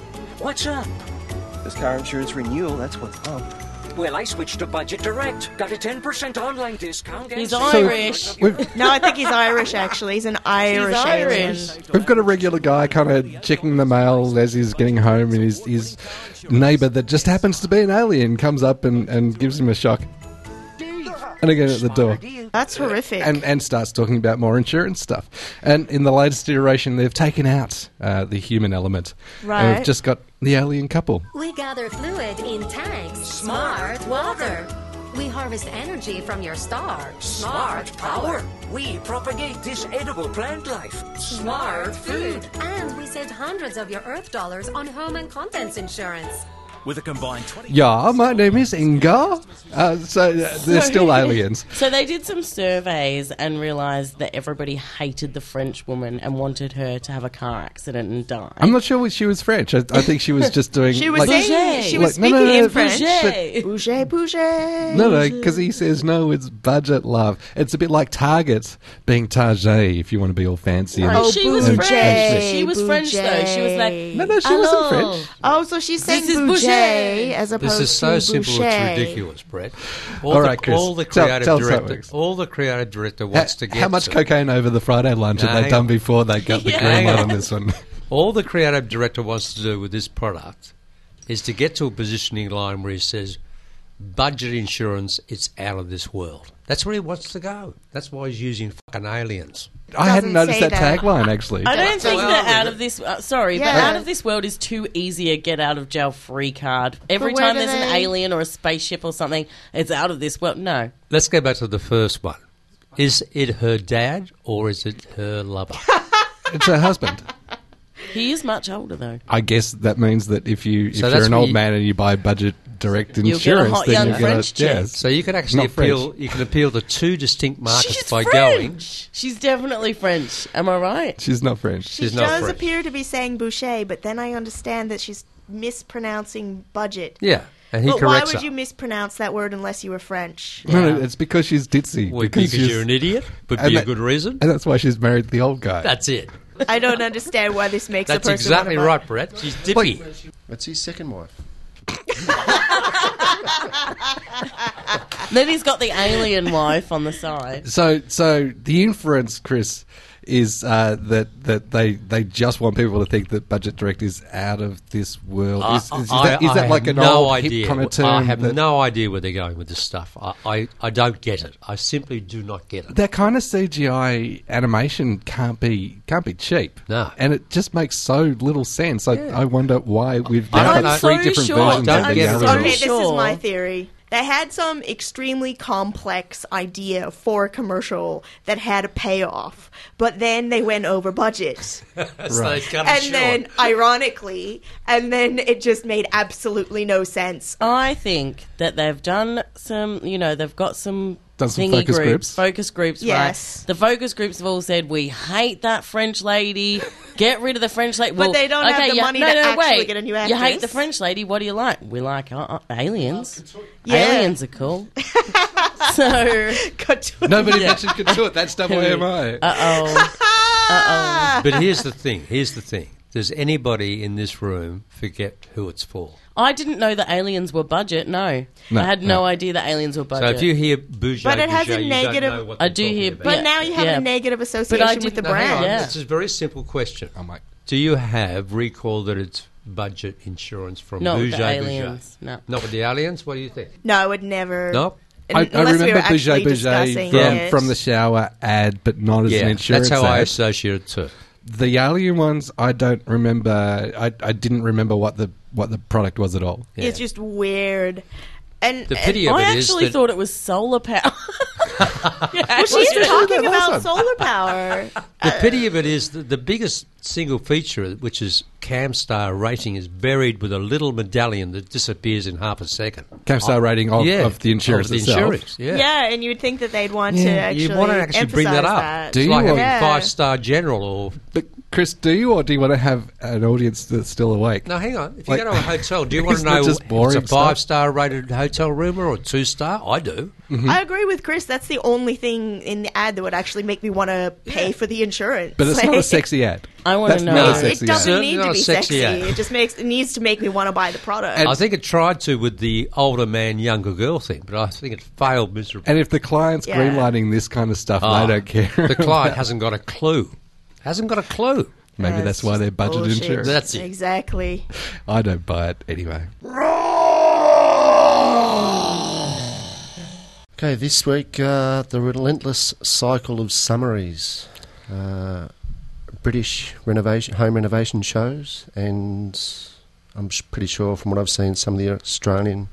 Speaker 12: What's up?
Speaker 18: This car insurance renewal, that's what's up.
Speaker 12: Well, I switched to budget direct. Got a 10% online discount. and
Speaker 4: He's
Speaker 12: savings.
Speaker 4: Irish.
Speaker 6: no, I think he's Irish. Actually, he's an Irish. alien.
Speaker 3: We've got a regular guy kind of checking the mail as he's getting home, and his, his neighbour that just happens to be an alien comes up and, and gives him a shock. And again at the door.
Speaker 6: That's horrific.
Speaker 3: And, and starts talking about more insurance stuff. And in the latest iteration, they've taken out uh, the human element. And
Speaker 14: Right.
Speaker 3: we've just got the alien couple.
Speaker 14: We gather fluid in tanks. Smart water. We harvest energy from your star.
Speaker 12: Smart power. We propagate this edible plant life. Smart food.
Speaker 14: And we saved hundreds of your Earth dollars on home and contents insurance.
Speaker 17: With a combined 20.
Speaker 3: Yeah, my name is Inga. Uh, so uh, they're still aliens.
Speaker 4: So they did some surveys and realized that everybody hated the French woman and wanted her to have a car accident and die.
Speaker 3: I'm not sure what she was French. I, I think she was just doing.
Speaker 4: She was
Speaker 3: like,
Speaker 4: saying- she was
Speaker 3: like, no, no,
Speaker 4: speaking
Speaker 3: no,
Speaker 4: in French.
Speaker 3: but-
Speaker 6: Bouger, bouger.
Speaker 3: No, no, because he says no. It's budget love. It's a bit like Target being Target if you want to be all fancy.
Speaker 4: No, Oh, she was
Speaker 6: Oh,
Speaker 3: and-
Speaker 4: French.
Speaker 3: and shit.
Speaker 4: She was French though. She was like,
Speaker 3: No, no, she wasn't French.
Speaker 6: Oh, so she's saying
Speaker 4: is
Speaker 6: bouger,
Speaker 4: bouger.
Speaker 6: as opposed
Speaker 5: This
Speaker 6: to
Speaker 5: is so simple,
Speaker 6: boucher.
Speaker 5: it's ridiculous, Brett.
Speaker 3: All
Speaker 5: the,
Speaker 3: right, Chris,
Speaker 5: all the
Speaker 3: tell-
Speaker 5: creative
Speaker 3: tell us how it
Speaker 5: director, all the creative director wants to
Speaker 3: how,
Speaker 5: get.
Speaker 3: how much
Speaker 5: to-
Speaker 3: cocaine over the Friday lunch
Speaker 5: No,
Speaker 3: had they
Speaker 5: hang
Speaker 3: done
Speaker 5: on.
Speaker 3: before they got the
Speaker 5: Yeah.
Speaker 3: green
Speaker 5: Hang
Speaker 3: light
Speaker 5: on.
Speaker 3: on this one?
Speaker 5: All the creative director wants to do with this product is to get to a positioning line where he says, "Budget insurance, it's out of this world." That's where he wants to go. That's why he's using fucking aliens.
Speaker 3: I hadn't noticed that, tagline actually.
Speaker 4: I don't think
Speaker 5: Well,
Speaker 4: that
Speaker 5: is
Speaker 4: out
Speaker 5: it?
Speaker 4: of this. Uh, sorry, but
Speaker 5: Yeah.
Speaker 4: out of this world is too easy a get out of jail free card. Every
Speaker 12: But where
Speaker 4: time
Speaker 12: do
Speaker 4: there's an
Speaker 12: they-
Speaker 4: alien or a spaceship or something, it's out of this world. No,
Speaker 5: Let's go back to the first one. Is it her dad or is it her lover?
Speaker 3: it's her husband.
Speaker 4: he is much older though.
Speaker 3: I guess that means that if you if
Speaker 5: So
Speaker 3: you're
Speaker 5: that's
Speaker 3: an
Speaker 5: where
Speaker 3: old
Speaker 5: you-
Speaker 3: man and you buy budget direct
Speaker 4: You'll get a
Speaker 3: insurance,
Speaker 4: hot young
Speaker 3: then you're gonna
Speaker 4: French
Speaker 3: yeah,
Speaker 4: chick.
Speaker 5: So you can actually
Speaker 3: not French.
Speaker 5: appeal. You can appeal to two distinct markets
Speaker 4: She's
Speaker 5: by going.
Speaker 4: French. She's definitely French. Am I right?
Speaker 3: She's not French.
Speaker 5: She's
Speaker 6: She
Speaker 5: not
Speaker 6: does
Speaker 5: French.
Speaker 6: appear to be saying boucher, but then I understand that she's mispronouncing budget.
Speaker 5: Yeah, and he
Speaker 6: but why
Speaker 5: corrects
Speaker 6: would
Speaker 5: her.
Speaker 6: you mispronounce that word unless you were French?
Speaker 3: No, no, it's because she's ditzy.
Speaker 5: Well, because you're an idiot, would
Speaker 3: and
Speaker 5: be a good reason.
Speaker 3: And that's why she's married the old guy.
Speaker 5: That's it.
Speaker 6: I don't understand why this makes
Speaker 5: That's
Speaker 6: a person.
Speaker 5: exactly
Speaker 6: wanna buy-
Speaker 5: right, Brett. She's dippy.
Speaker 11: That's his second wife.
Speaker 4: then he's got the alien wife on the side.
Speaker 3: So, so the inference, Chris, is uh, that that they they just want people to think that Budget Direct is out of this world.
Speaker 5: I-
Speaker 3: Is, is, is
Speaker 5: I-
Speaker 3: that, is
Speaker 5: I
Speaker 3: that
Speaker 5: have
Speaker 3: like an
Speaker 5: no
Speaker 3: old
Speaker 5: idea.
Speaker 3: hip kind of term?
Speaker 5: I have
Speaker 3: that,
Speaker 5: no idea where they're going with this stuff. I, I, I don't get it. I simply do not get it.
Speaker 3: that kind of CGI animation can't be can't be cheap.
Speaker 5: No,
Speaker 3: and it just makes so little sense. I,
Speaker 6: Yeah.
Speaker 3: I wonder why we've
Speaker 5: I
Speaker 3: now
Speaker 5: don't
Speaker 3: got
Speaker 5: know.
Speaker 3: three
Speaker 5: I'm so
Speaker 3: different
Speaker 5: sure.
Speaker 3: versions
Speaker 5: Don't
Speaker 3: of the
Speaker 5: get it.
Speaker 3: original.
Speaker 6: Okay, this is
Speaker 4: Sure.
Speaker 6: my theory. They had some extremely complex idea for a commercial that had a payoff, but then they went over budget.
Speaker 5: So they cut it
Speaker 6: and
Speaker 5: short.
Speaker 6: then, ironically, and then it just made absolutely no sense.
Speaker 4: I think that they've done some, you know, they've got some
Speaker 3: Done some
Speaker 4: thingy
Speaker 3: focus
Speaker 4: groups,
Speaker 3: groups.
Speaker 4: focus groups.
Speaker 6: Yes.
Speaker 4: right? the focus groups have all said we hate that French lady. Get rid of the French lady.
Speaker 6: But
Speaker 4: Well,
Speaker 6: they don't have
Speaker 4: okay,
Speaker 6: the
Speaker 4: you-
Speaker 6: money
Speaker 4: no,
Speaker 6: to
Speaker 4: no,
Speaker 6: actually
Speaker 4: wait.
Speaker 6: get a new
Speaker 4: You hate
Speaker 6: actress.
Speaker 4: the French lady. What do you like? We like uh, uh, aliens.
Speaker 6: Yeah.
Speaker 4: Aliens are cool. so
Speaker 3: Nobody mentioned couture. That's double MI.
Speaker 4: Uh oh.
Speaker 6: Ah!
Speaker 4: Uh oh.
Speaker 5: But here's the thing. Here's the thing. Does anybody in this room forget who it's for?
Speaker 4: I didn't know that aliens were budget. No,
Speaker 5: No,
Speaker 4: I had no,
Speaker 5: no.
Speaker 4: idea that aliens were budget.
Speaker 5: So if you hear Bouger,
Speaker 6: But it has
Speaker 5: Bouger,
Speaker 6: a
Speaker 5: you
Speaker 6: negative-
Speaker 5: Don't know what
Speaker 4: I
Speaker 5: they're
Speaker 4: do
Speaker 5: talking
Speaker 4: hear-
Speaker 5: about.
Speaker 6: But now you have
Speaker 4: yeah.
Speaker 6: a negative
Speaker 4: But I
Speaker 6: association with
Speaker 4: didn't-
Speaker 6: the
Speaker 4: no, hang
Speaker 6: brand.
Speaker 4: on. Yeah.
Speaker 5: It's a very simple question.
Speaker 3: Oh my.
Speaker 5: Do you have recall that it's budget insurance from
Speaker 4: Not
Speaker 5: Bouger,
Speaker 4: with the aliens,
Speaker 5: Bouger?
Speaker 4: no.
Speaker 5: Not with the aliens. What do you think?
Speaker 6: No, I would never.
Speaker 5: No.
Speaker 6: Un-
Speaker 3: I, I
Speaker 6: unless
Speaker 3: remember
Speaker 6: we were
Speaker 3: Bouget
Speaker 6: actually
Speaker 3: Bouget
Speaker 6: discussing
Speaker 3: from,
Speaker 6: it.
Speaker 3: from the shower ad, but not as
Speaker 5: Yeah,
Speaker 3: an insurance
Speaker 5: that's how I
Speaker 3: ad.
Speaker 5: associate it too.
Speaker 3: The alien ones, I don't remember. I, I didn't remember what the what the product was at all.
Speaker 6: It's just weird. And
Speaker 3: The pity
Speaker 6: and
Speaker 3: of
Speaker 4: I
Speaker 3: it is
Speaker 4: actually
Speaker 3: that-
Speaker 4: thought it was solar power.
Speaker 6: well, she's talking about solar power.
Speaker 5: The pity of it is that the biggest single feature, which is Camstar rating, is buried with a little medallion that disappears in half a second.
Speaker 3: Capstar rating of,
Speaker 5: Oh, Yeah,
Speaker 3: of the insurance
Speaker 5: of the
Speaker 3: itself.
Speaker 5: insurance,
Speaker 6: Yeah. and you'd think that they'd want to
Speaker 5: Yeah,
Speaker 6: actually,
Speaker 5: you want to actually bring that
Speaker 6: emphasize
Speaker 5: up.
Speaker 6: that.
Speaker 3: Do
Speaker 5: it's
Speaker 3: you
Speaker 5: like
Speaker 3: want-
Speaker 5: having
Speaker 3: Yeah.
Speaker 5: five star general or
Speaker 3: But Chris, do you or do you want to have an audience that's still awake?
Speaker 5: no? Hang on. If you
Speaker 3: Like-
Speaker 5: go to a hotel, do you want to
Speaker 3: Isn't that
Speaker 5: know
Speaker 3: just
Speaker 5: if
Speaker 3: boring
Speaker 5: it's a
Speaker 3: stuff?
Speaker 5: five star rated hotel room or a two star? I do.
Speaker 6: I agree with Chris. That's the only thing in the ad that would actually make me want to pay for the insurance.
Speaker 3: But it's
Speaker 6: Like-
Speaker 3: not a sexy ad.
Speaker 4: I
Speaker 6: wanna
Speaker 3: That's
Speaker 6: know.
Speaker 3: Not a
Speaker 6: It
Speaker 3: sexy
Speaker 6: doesn't
Speaker 3: ad.
Speaker 6: need
Speaker 5: Not
Speaker 6: to
Speaker 5: a
Speaker 6: be
Speaker 5: sexy
Speaker 6: sexy.
Speaker 5: ad.
Speaker 6: It just makes it needs to make me want to buy the product.
Speaker 5: I think it tried to with the older man, younger girl thing, but I think it failed miserably.
Speaker 3: And if the client's
Speaker 6: Yeah.
Speaker 3: greenlighting this kind of stuff,
Speaker 5: Ah,
Speaker 3: they don't care.
Speaker 5: The client hasn't got a clue. Hasn't got a clue.
Speaker 3: Maybe
Speaker 6: Yeah,
Speaker 3: that's
Speaker 6: it's
Speaker 3: why
Speaker 6: just
Speaker 3: they're budget
Speaker 6: bullshit.
Speaker 3: insurance.
Speaker 5: That's it.
Speaker 6: exactly.
Speaker 3: I don't buy it anyway.
Speaker 11: Okay, this week, uh, the relentless cycle of summaries. Uh, British renovation, home renovation shows, and I'm s- pretty sure from what I've seen, some of the Australian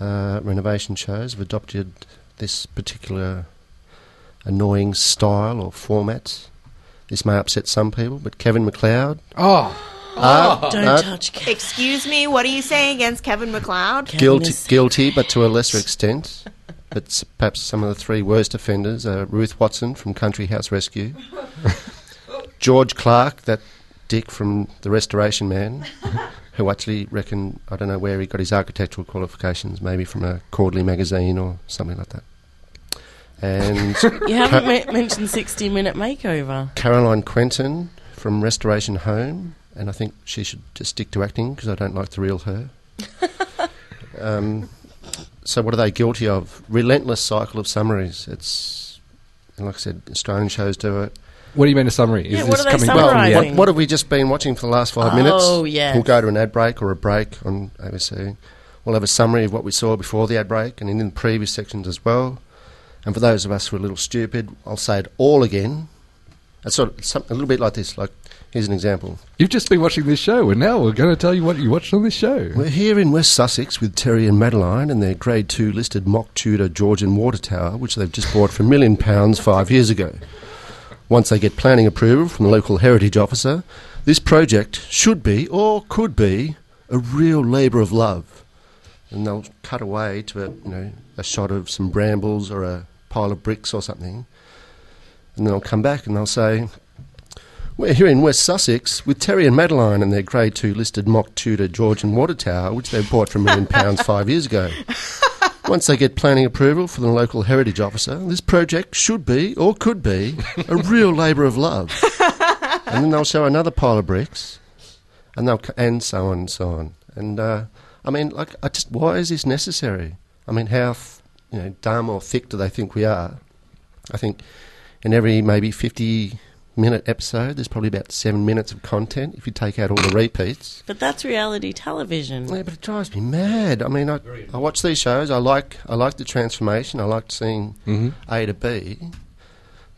Speaker 11: uh, renovation shows have adopted this particular annoying style or format. This may upset some people, but Kevin McLeod.
Speaker 3: Oh!
Speaker 11: Uh,
Speaker 6: Don't
Speaker 11: uh,
Speaker 6: touch Kevin. Excuse me, what do you say against Kevin McLeod?
Speaker 11: guilty, guilty, but to a lesser extent. But s- perhaps some of the three worst offenders are Ruth Watson from Country House Rescue, George Clark, that dick from The Restoration Man, who actually reckoned I don't know where he got his architectural qualifications, maybe from a quarterly magazine or something like that. And
Speaker 4: you
Speaker 11: Ca-
Speaker 4: haven't me- mentioned 60 Minute Makeover.
Speaker 11: Caroline Quentin from Restoration Home, and I think she should just stick to acting because I don't like the real her. um, so, what are they guilty of? Relentless cycle of summaries. It's, and like I said, Australian shows do it.
Speaker 3: What do you mean a summary? Is
Speaker 4: Yeah, what
Speaker 3: this
Speaker 4: are they
Speaker 3: coming
Speaker 11: Well,
Speaker 3: from the
Speaker 11: what,
Speaker 3: ad?
Speaker 11: what have we just been watching for the last five
Speaker 4: Oh,
Speaker 11: minutes?
Speaker 4: yes.
Speaker 11: We'll go to an ad break or a break on ABC. We'll have a summary of what we saw before the ad break and in the previous sections as well. And for those of us who are a little stupid, I'll say it all again. It's sort of some, a little bit like this. Like here's an example.
Speaker 3: You've just been watching this show, and now we're going to tell you what you watched on this show.
Speaker 11: We're here in West Sussex with Terry and Madeline and their Grade 2 listed mock Tudor Georgian water tower, which they've just bought for a million pounds five years ago. Once they get planning approval from the local heritage officer, this project should be, or could be, a real labour of love. And they'll cut away to a, you know, a shot of some brambles or a pile of bricks or something. And they'll come back and they'll say, we're here in West Sussex with Terry and Madeline and their Grade 2 listed mock Tudor Georgian water tower, which they bought for a million pounds five years ago. Once they get planning approval from the local heritage officer, this project should be, or could be, a real labour of love. And then they'll show another pile of bricks, and, they'll, c- and so on and so on. And uh, I mean, like, I just, why is this necessary? I mean, how, f- you know, dumb or thick do they think we are? I think in every maybe 50 minute episode, there's probably about seven minutes of content if you take out all the repeats.
Speaker 4: But that's reality television.
Speaker 11: Yeah, but it drives me mad. I mean, I, I watch these shows. I like I like the transformation. I like seeing
Speaker 3: Mhm.
Speaker 11: A to B.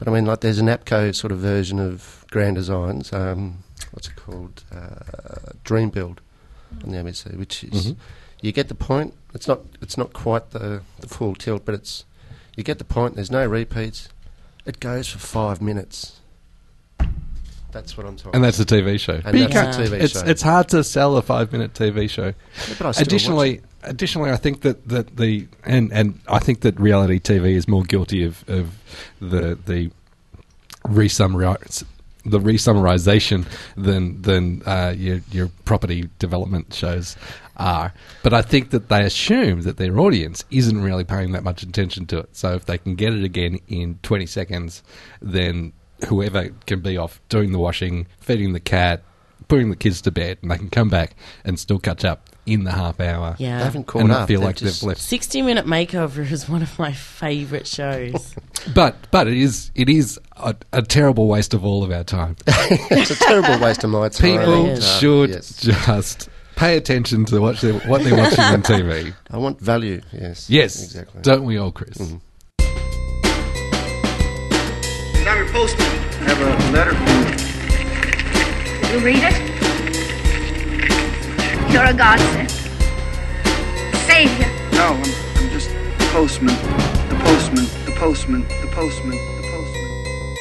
Speaker 11: But I mean, like there's an APCO sort of version of Grand Designs. Um, what's it called? Uh, Dream Build on the ABC, which is
Speaker 3: Mhm.
Speaker 11: you get the point. It's not it's not quite the the full tilt, but it's you get the point. There's no repeats. It goes for five minutes. That's what I'm talking.
Speaker 3: And that's a TV show.
Speaker 11: And that's a TV
Speaker 3: it's,
Speaker 11: show.
Speaker 3: It's hard to sell a five minute TV show.
Speaker 11: but I still
Speaker 3: additionally, additionally, I think that, that the and, and I think that reality TV is more guilty of, of the the resummarize the resummarization than than uh, your your property development shows are. But I think that they assume that their audience isn't really paying that much attention to it. So if they can get it again in twenty seconds, then whoever can be off doing the washing, feeding the cat, putting the kids to bed, and they can come back and still catch up in the half hour.
Speaker 4: Yeah. They haven't
Speaker 11: caught
Speaker 3: and not
Speaker 11: up,
Speaker 3: Feel
Speaker 11: they've
Speaker 3: like
Speaker 11: just-
Speaker 3: they've left.
Speaker 4: 60 Minute Makeover is one of my favourite shows.
Speaker 3: But but it is it is a, a terrible waste of all of our time.
Speaker 11: it's a terrible waste of my time.
Speaker 3: People
Speaker 11: And, uh,
Speaker 3: should
Speaker 11: yes.
Speaker 3: just pay attention to what they're, what they're watching on TV.
Speaker 11: I want value. Yes.
Speaker 3: Yes,
Speaker 11: Exactly. Mm-hmm.
Speaker 3: don't we all, Chris?
Speaker 19: Another postal. I have a letter from
Speaker 20: You read it? You're a godsend. Savior.
Speaker 19: No, I'm, I'm just the postman. The postman. The postman. The postman. The postman.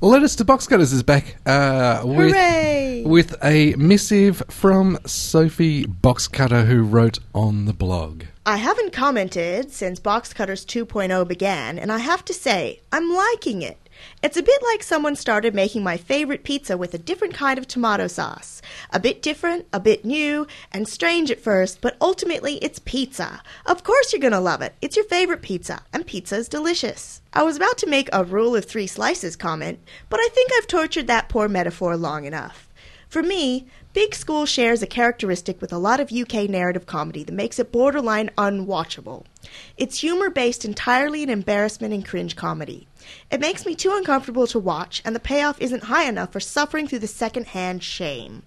Speaker 3: Letters to Box Cutters is back uh,
Speaker 6: Hooray!
Speaker 3: with, with a missive from Sophie Boxcutter, who wrote on the blog.
Speaker 6: I haven't commented since Box Cutters 2.0 began, and I have to say, I'm liking it. It's a bit like someone started making my favorite pizza with a different kind of tomato sauce. A bit different, a bit new, and strange at first, but ultimately it's pizza. Of course you're gonna love it. It's your favorite pizza, and pizza is delicious. I was about to make a rule of three slices comment, but I think I've tortured that poor metaphor long enough. For me, Big School shares a characteristic with a lot of UK narrative comedy that makes it borderline unwatchable. It's humor based entirely in embarrassment and cringe comedy. It makes me too uncomfortable to watch, and the payoff isn't high enough for suffering through the secondhand shame.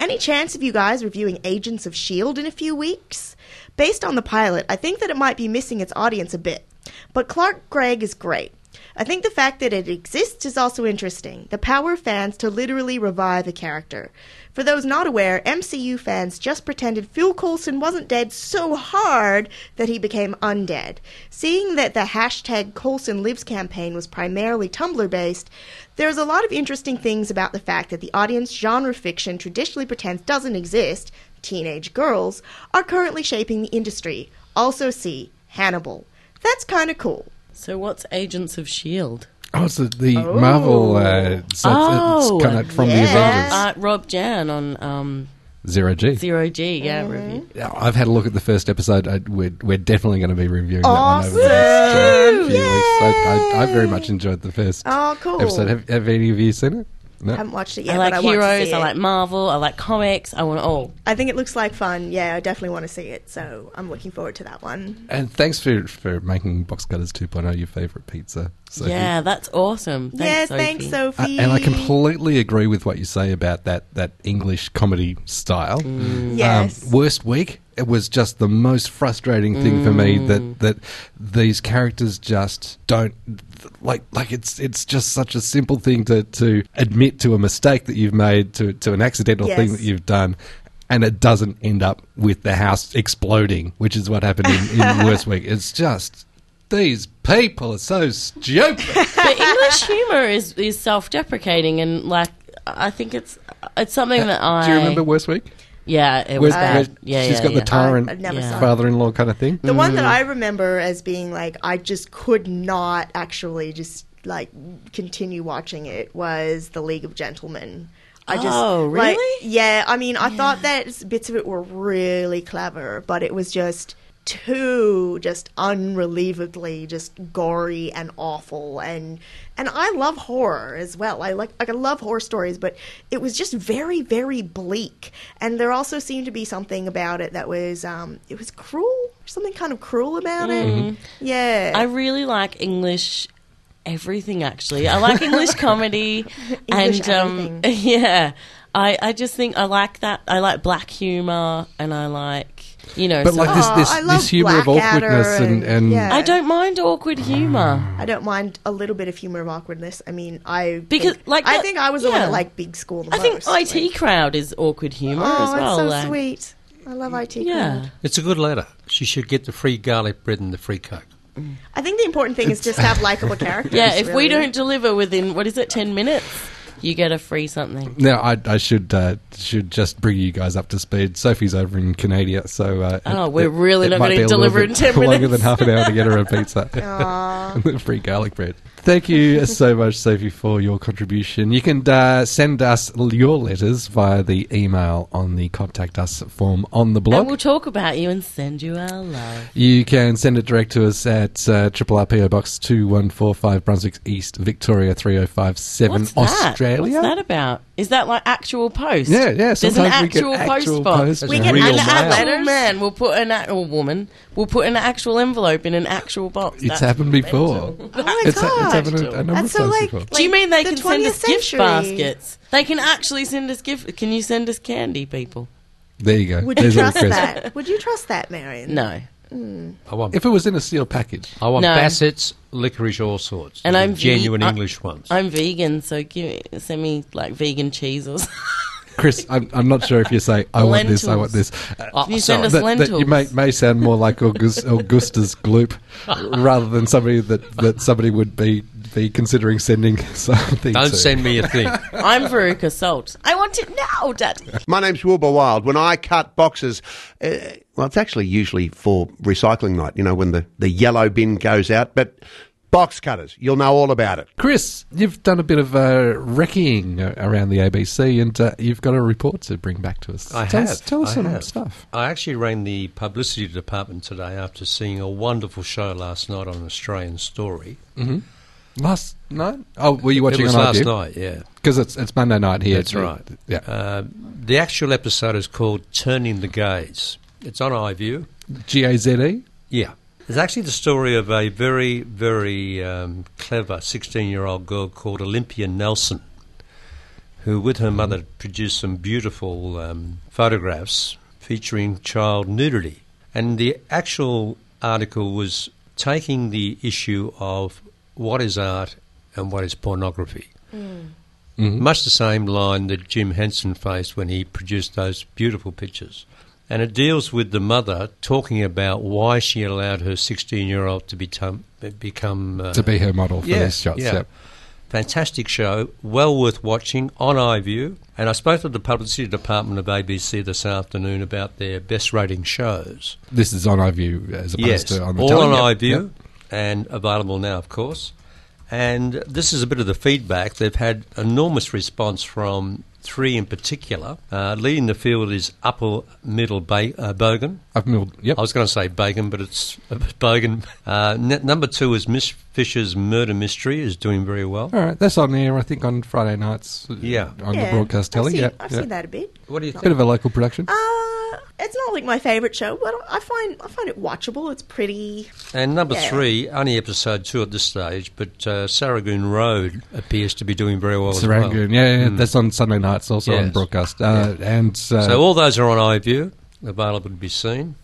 Speaker 6: Any chance of you guys reviewing Agents of S.H.I.E.L.D. E in a few weeks? Based on the pilot, I think that it might be missing its audience a bit. But Clark Gregg is great. I think the fact that it exists is also interesting. The power of fans to literally revive a character. For those not aware, MCU fans just pretended Phil Coulson wasn't dead so hard that he became undead. Seeing that the hashtag Coulson Lives campaign was primarily Tumblr based, there's a lot of interesting things about the fact that the audience genre fiction traditionally pretends doesn't exist, teenage girls, are currently shaping the industry. Also see Hannibal. That's kind of cool.
Speaker 4: So what's Agents of S.H.I.E.L.D.?
Speaker 3: Oh, it's the, the Marvel. Uh, so it's,
Speaker 4: Oh,
Speaker 3: it's kind of from the Avengers.
Speaker 4: Uh, Rob Jan on um,
Speaker 3: Zero G.
Speaker 4: Zero G, yeah,
Speaker 6: Mm-hmm.
Speaker 4: review.
Speaker 3: Yeah, I've had a look at the first episode. I, we're, we're definitely going to be reviewing
Speaker 4: Awesome!
Speaker 3: that one over the next uh, few weeks. I, I, I very much enjoyed the first
Speaker 6: Oh, cool. Um,
Speaker 3: episode. Have, have any of you seen it? No.
Speaker 6: haven't watched it yet,
Speaker 4: I like
Speaker 6: but I
Speaker 4: heroes,
Speaker 6: want to see it.
Speaker 4: I like Marvel, I like comics, I want it all.
Speaker 6: I think it looks like fun. Yeah, I definitely want to see it, so I'm looking forward to that one.
Speaker 3: And thanks for, for making Box Cutters 2.0 your favourite pizza. Sophie.
Speaker 4: Yeah, that's awesome. Thanks,
Speaker 6: Yes,
Speaker 4: Sophie.
Speaker 6: thanks,
Speaker 3: Uh,
Speaker 6: Sophie.
Speaker 3: and I completely agree with what you say about that, that English comedy style.
Speaker 6: Yes.
Speaker 3: Um, worst week, it was just the most frustrating thing for me that, that these characters just don't like like it's it's just such a simple thing to, to admit to a mistake that you've made to to an accidental thing
Speaker 21: Yes.
Speaker 3: that you've done and it doesn't end up with the house exploding, which is what happened in, in Worst Week. It's just these people are so stupid.
Speaker 4: but English humour is, is self deprecating and like I think it's it's something that I
Speaker 3: Do you remember Worst Week?
Speaker 4: Yeah, it
Speaker 3: Where-
Speaker 4: was bad.
Speaker 3: where
Speaker 4: yeah,
Speaker 3: she's
Speaker 4: yeah,
Speaker 3: got
Speaker 4: yeah.
Speaker 3: the tyrant
Speaker 6: I- I've never saw it.
Speaker 3: father-in-law kind of thing.
Speaker 6: The one
Speaker 4: Mm.
Speaker 6: that I remember as being like, I just could not actually just like continue watching it was The League of Gentlemen. I just
Speaker 4: Oh,
Speaker 6: like,
Speaker 4: really?
Speaker 6: yeah, I mean, I thought that s- bits of it were really clever, but it was just too just unrelievably just gory and awful and and I love horror as well. I like like I love horror stories, but it was just very very bleak. And there also seemed to be something about it that was um it was cruel, something kind of cruel about
Speaker 4: Mhm.
Speaker 6: it. Yeah.
Speaker 4: I really like English everything actually. I like English comedy
Speaker 6: English
Speaker 4: and um yeah. I, I just think I like that I like black humor and I like you know
Speaker 3: But
Speaker 4: so-
Speaker 3: like this, this, this humor of awkwardness and, and
Speaker 4: I don't mind awkward humor.
Speaker 6: I don't mind a little bit of humor of awkwardness. I mean, I
Speaker 4: Because,
Speaker 6: think-
Speaker 4: like,
Speaker 6: I
Speaker 4: that-
Speaker 6: think I was the one
Speaker 4: yeah.
Speaker 6: that liked Big School the
Speaker 4: I think
Speaker 6: most.
Speaker 4: IT crowd is awkward humor
Speaker 6: oh,
Speaker 4: as well.
Speaker 6: it's so
Speaker 4: like-
Speaker 6: sweet. I love IT.
Speaker 4: Yeah.
Speaker 6: crowd.
Speaker 5: It's a good letter. She should get the free garlic bread and the free coke.
Speaker 6: I think the important thing is just have likable characters.
Speaker 4: Yeah, if
Speaker 6: really.
Speaker 4: we don't deliver within what is it, ten minutes, you get a free something.
Speaker 3: Now I, I should uh, should just bring you guys up to speed. Sophie's over in Canada, so uh,
Speaker 4: Oh, we're really not
Speaker 3: might
Speaker 4: gonna
Speaker 3: be a little
Speaker 4: deliver
Speaker 3: bit
Speaker 4: in 10
Speaker 3: Longer
Speaker 4: minutes.
Speaker 3: than half an hour to get her a pizza and the free garlic bread. Thank you so much, Sophie, for your contribution. You can uh, send us your letters via the email on the contact us form on the blog.
Speaker 4: And we'll talk about you and send you our love.
Speaker 3: You can send it direct to us at uh, Triple RPO Box 2145 Brunswick East, Victoria 3057,
Speaker 4: What's that?
Speaker 3: Australia.
Speaker 4: What's that about? Is that like actual post?
Speaker 3: Yeah, yeah,
Speaker 4: There's an
Speaker 3: sometimes we get
Speaker 4: actual post
Speaker 3: actual
Speaker 4: box.
Speaker 3: post We get mail.
Speaker 4: an
Speaker 3: real
Speaker 4: actual
Speaker 3: mail.
Speaker 4: man. will put an a- or woman. will put an actual envelope in an actual box.
Speaker 3: It's happened before.
Speaker 4: Oh
Speaker 3: my It's ha- it's happened a- a number That's of so times like- before.
Speaker 4: Do you mean they
Speaker 6: the
Speaker 4: can send us
Speaker 6: 20th
Speaker 4: gift
Speaker 6: century.
Speaker 4: baskets? They can actually send us gift. Can you send us candy, people?
Speaker 3: There you go.
Speaker 6: Would you
Speaker 3: There's a
Speaker 6: trust
Speaker 3: request.
Speaker 6: that? Would you trust that, Marion?
Speaker 4: No.
Speaker 6: Mm.
Speaker 5: I want,
Speaker 3: If it was in a sealed package.
Speaker 5: I want
Speaker 4: No.
Speaker 5: Bassett's, licorice, all sorts.
Speaker 4: And
Speaker 5: The
Speaker 4: I'm ve-
Speaker 5: genuine
Speaker 4: I-
Speaker 5: English ones.
Speaker 4: I'm vegan, so give me, send me like vegan cheese or something.
Speaker 3: Chris, I'm, I'm not sure if you say, I want this, I want this.
Speaker 6: Oh,
Speaker 3: Uh,
Speaker 4: Lentils. Can you send us
Speaker 3: Oh, that, that you
Speaker 4: lentils?
Speaker 3: may, may sound more like August, Augustus Gloop rather than somebody that, that somebody would be, be considering sending something
Speaker 5: Don't
Speaker 3: to.
Speaker 5: send me a thing.
Speaker 4: I'm Veruca Salt. I want it now, Daddy.
Speaker 21: My name's Wilbur Wild. When I cut boxes, uh, well, it's actually usually for recycling night, you know, when the, the yellow bin goes out, but box cutters, you'll know all about it.
Speaker 3: Chris, you've done a bit of uh, wrecking a- around the ABC, and uh, you've got a report to bring back to us.
Speaker 5: I
Speaker 3: tell
Speaker 5: have.
Speaker 3: Us, tell us
Speaker 5: I
Speaker 3: some
Speaker 5: have.
Speaker 3: stuff.
Speaker 5: I actually rang the publicity department today after seeing a wonderful show last night on Australian Story.
Speaker 3: hmm Last night? Oh, were you watching
Speaker 5: it was
Speaker 3: on
Speaker 5: last
Speaker 3: IPU?
Speaker 5: night? Yeah,
Speaker 3: Because it's it's Monday night here.
Speaker 5: that's right.
Speaker 3: Yeah.
Speaker 5: Uh, the actual episode is called "Turning the Gaze." It's on iView.
Speaker 3: G A Z E.
Speaker 5: Yeah. It's actually the story of a very, very um, clever 16 year old girl called Olympia Nelson, who, with her mother, produced some beautiful um, photographs featuring child nudity. And the actual article was taking the issue of what is art and what is pornography.
Speaker 3: Mhm.
Speaker 5: Much the same line that Jim Henson faced when he produced those beautiful pictures. And it deals with the mother talking about why she allowed her 16 year old to become. become uh,
Speaker 3: To be her model for
Speaker 5: yeah,
Speaker 3: these shots,
Speaker 5: Yeah.
Speaker 3: yeah.
Speaker 5: Fantastic show, well worth watching on iView. And I spoke to the publicity department of ABC this afternoon about their best rating shows.
Speaker 3: This is on iView as opposed
Speaker 5: yes,
Speaker 3: to on the
Speaker 5: all
Speaker 3: telly.
Speaker 5: on
Speaker 3: Yeah.
Speaker 5: iView and available now, of course. And this is a bit of the feedback. They've had enormous response from three in particular. Uh, leading the field is Upper Middle ba- uh, Bogan.
Speaker 3: Upper Middle, yep.
Speaker 5: I was going to say Bogan, but it's Bogan. Uh, n- number two is Miss Fisher's Murder Mystery is doing very well.
Speaker 3: All right, that's on air. I think on Friday nights. uh,
Speaker 5: Yeah.
Speaker 3: on
Speaker 6: Yeah,
Speaker 3: the broadcast
Speaker 6: I've
Speaker 3: telly.
Speaker 6: seen-
Speaker 3: yeah,
Speaker 6: I've
Speaker 3: yeah.
Speaker 6: seen that Uh, a bit.
Speaker 5: What do you
Speaker 3: Bit of a local production.
Speaker 6: It's not like my favorite show, but I find I find it watchable. It's pretty.
Speaker 5: And number
Speaker 6: Yeah.
Speaker 5: three, only episode two at this stage, but uh, Sarragoon Road appears to be doing very well as well.
Speaker 3: Sarangoon. Yeah, yeah, yeah.
Speaker 5: Mm.
Speaker 3: that's on Sunday nights. Also on
Speaker 5: Yes.
Speaker 3: broadcast. Uh, And uh,
Speaker 5: so all those are on iView, available to be seen.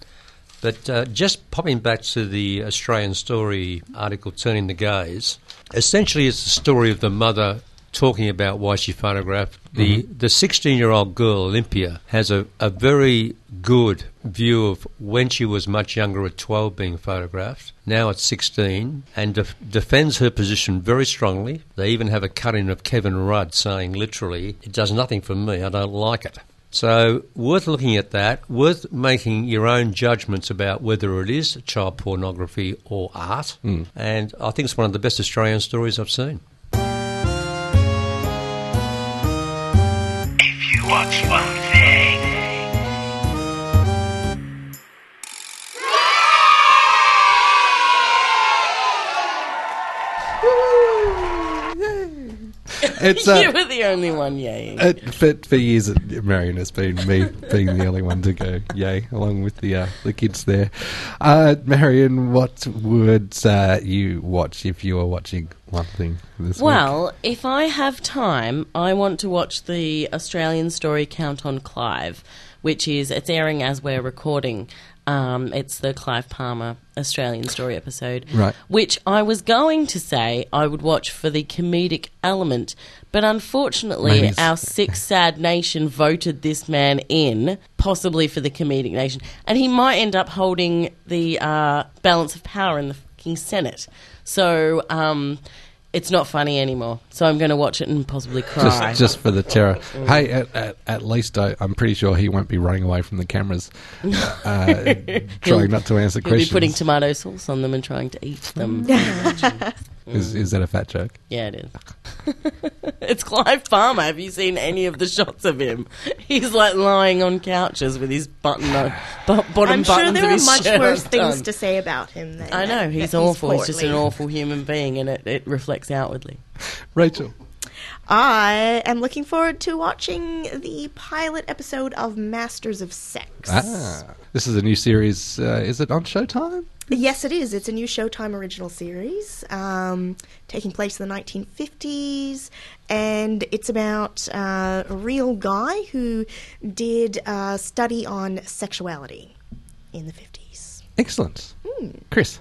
Speaker 5: But uh, just popping back to the Australian story article, Turning the Gaze, essentially it's the story of the mother talking about why she photographed. The the 16 year old girl, Olympia, has a, a very good view of when she was much younger at 12 being photographed, now at 16, and def- defends her position very strongly. They even have a cut in of Kevin Rudd saying literally, it does nothing for me, I don't like it. So, worth looking at that, worth making your own judgments about whether it is child pornography or art.
Speaker 3: Mm.
Speaker 5: And I think it's one of the best Australian stories I've seen.
Speaker 17: You watch one thing.
Speaker 3: It's, uh,
Speaker 4: you were the only one, yay.
Speaker 3: Uh, for, for years, it- Marion has been me being the only one to go yay, along with the uh, the kids there. Uh, Marion, what would uh, you watch if you were watching one thing this week?
Speaker 4: Well, if I have time, I want to watch the Australian story Count on Clive, which is it's airing as we're recording. Um, it's the Clive Palmer Australian story episode,
Speaker 1: Right.
Speaker 4: Which I was going to say I would watch for the comedic element, but unfortunately,
Speaker 1: Maybe it's-
Speaker 4: our sick sad nation voted this man in, possibly for the comedic nation, and he might end up holding the uh, balance of power in the fucking Senate. So um, it's not funny anymore. So I'm going to watch it and possibly cry.
Speaker 3: Just, just for the terror. Hey, at, at, at least I, I'm pretty sure he won't be running away from the cameras, uh,
Speaker 4: He'll-
Speaker 3: trying not to answer
Speaker 4: he'll
Speaker 3: questions.
Speaker 4: Be putting tomato sauce on them and trying to eat them.
Speaker 3: is, is that a fat joke?
Speaker 4: Yeah, it is. it's Clive Palmer. Have you seen any of the shots of him? He's like lying on couches with his button on, bu- bottom
Speaker 6: I'm sure
Speaker 4: buttons
Speaker 6: there
Speaker 4: of
Speaker 6: are
Speaker 4: his
Speaker 6: much
Speaker 4: shirt
Speaker 6: worse things
Speaker 4: undone.
Speaker 6: to say about him. Than
Speaker 4: I know
Speaker 6: that-
Speaker 4: he's
Speaker 6: that
Speaker 4: awful. He's just an
Speaker 6: portly.
Speaker 4: awful human being, and it, it reflects outwardly.
Speaker 3: Rachel,
Speaker 6: I am looking forward to watching the pilot episode of Masters of Sex.
Speaker 3: ah, this is a new series. Uh, is it on Showtime?
Speaker 6: Yes, it is. It's a new Showtime original series um, taking place in the 1950s, and it's about uh, a real guy who did a study on sexuality in the 50s.
Speaker 3: Excellent.
Speaker 4: Hmm.
Speaker 3: Chris.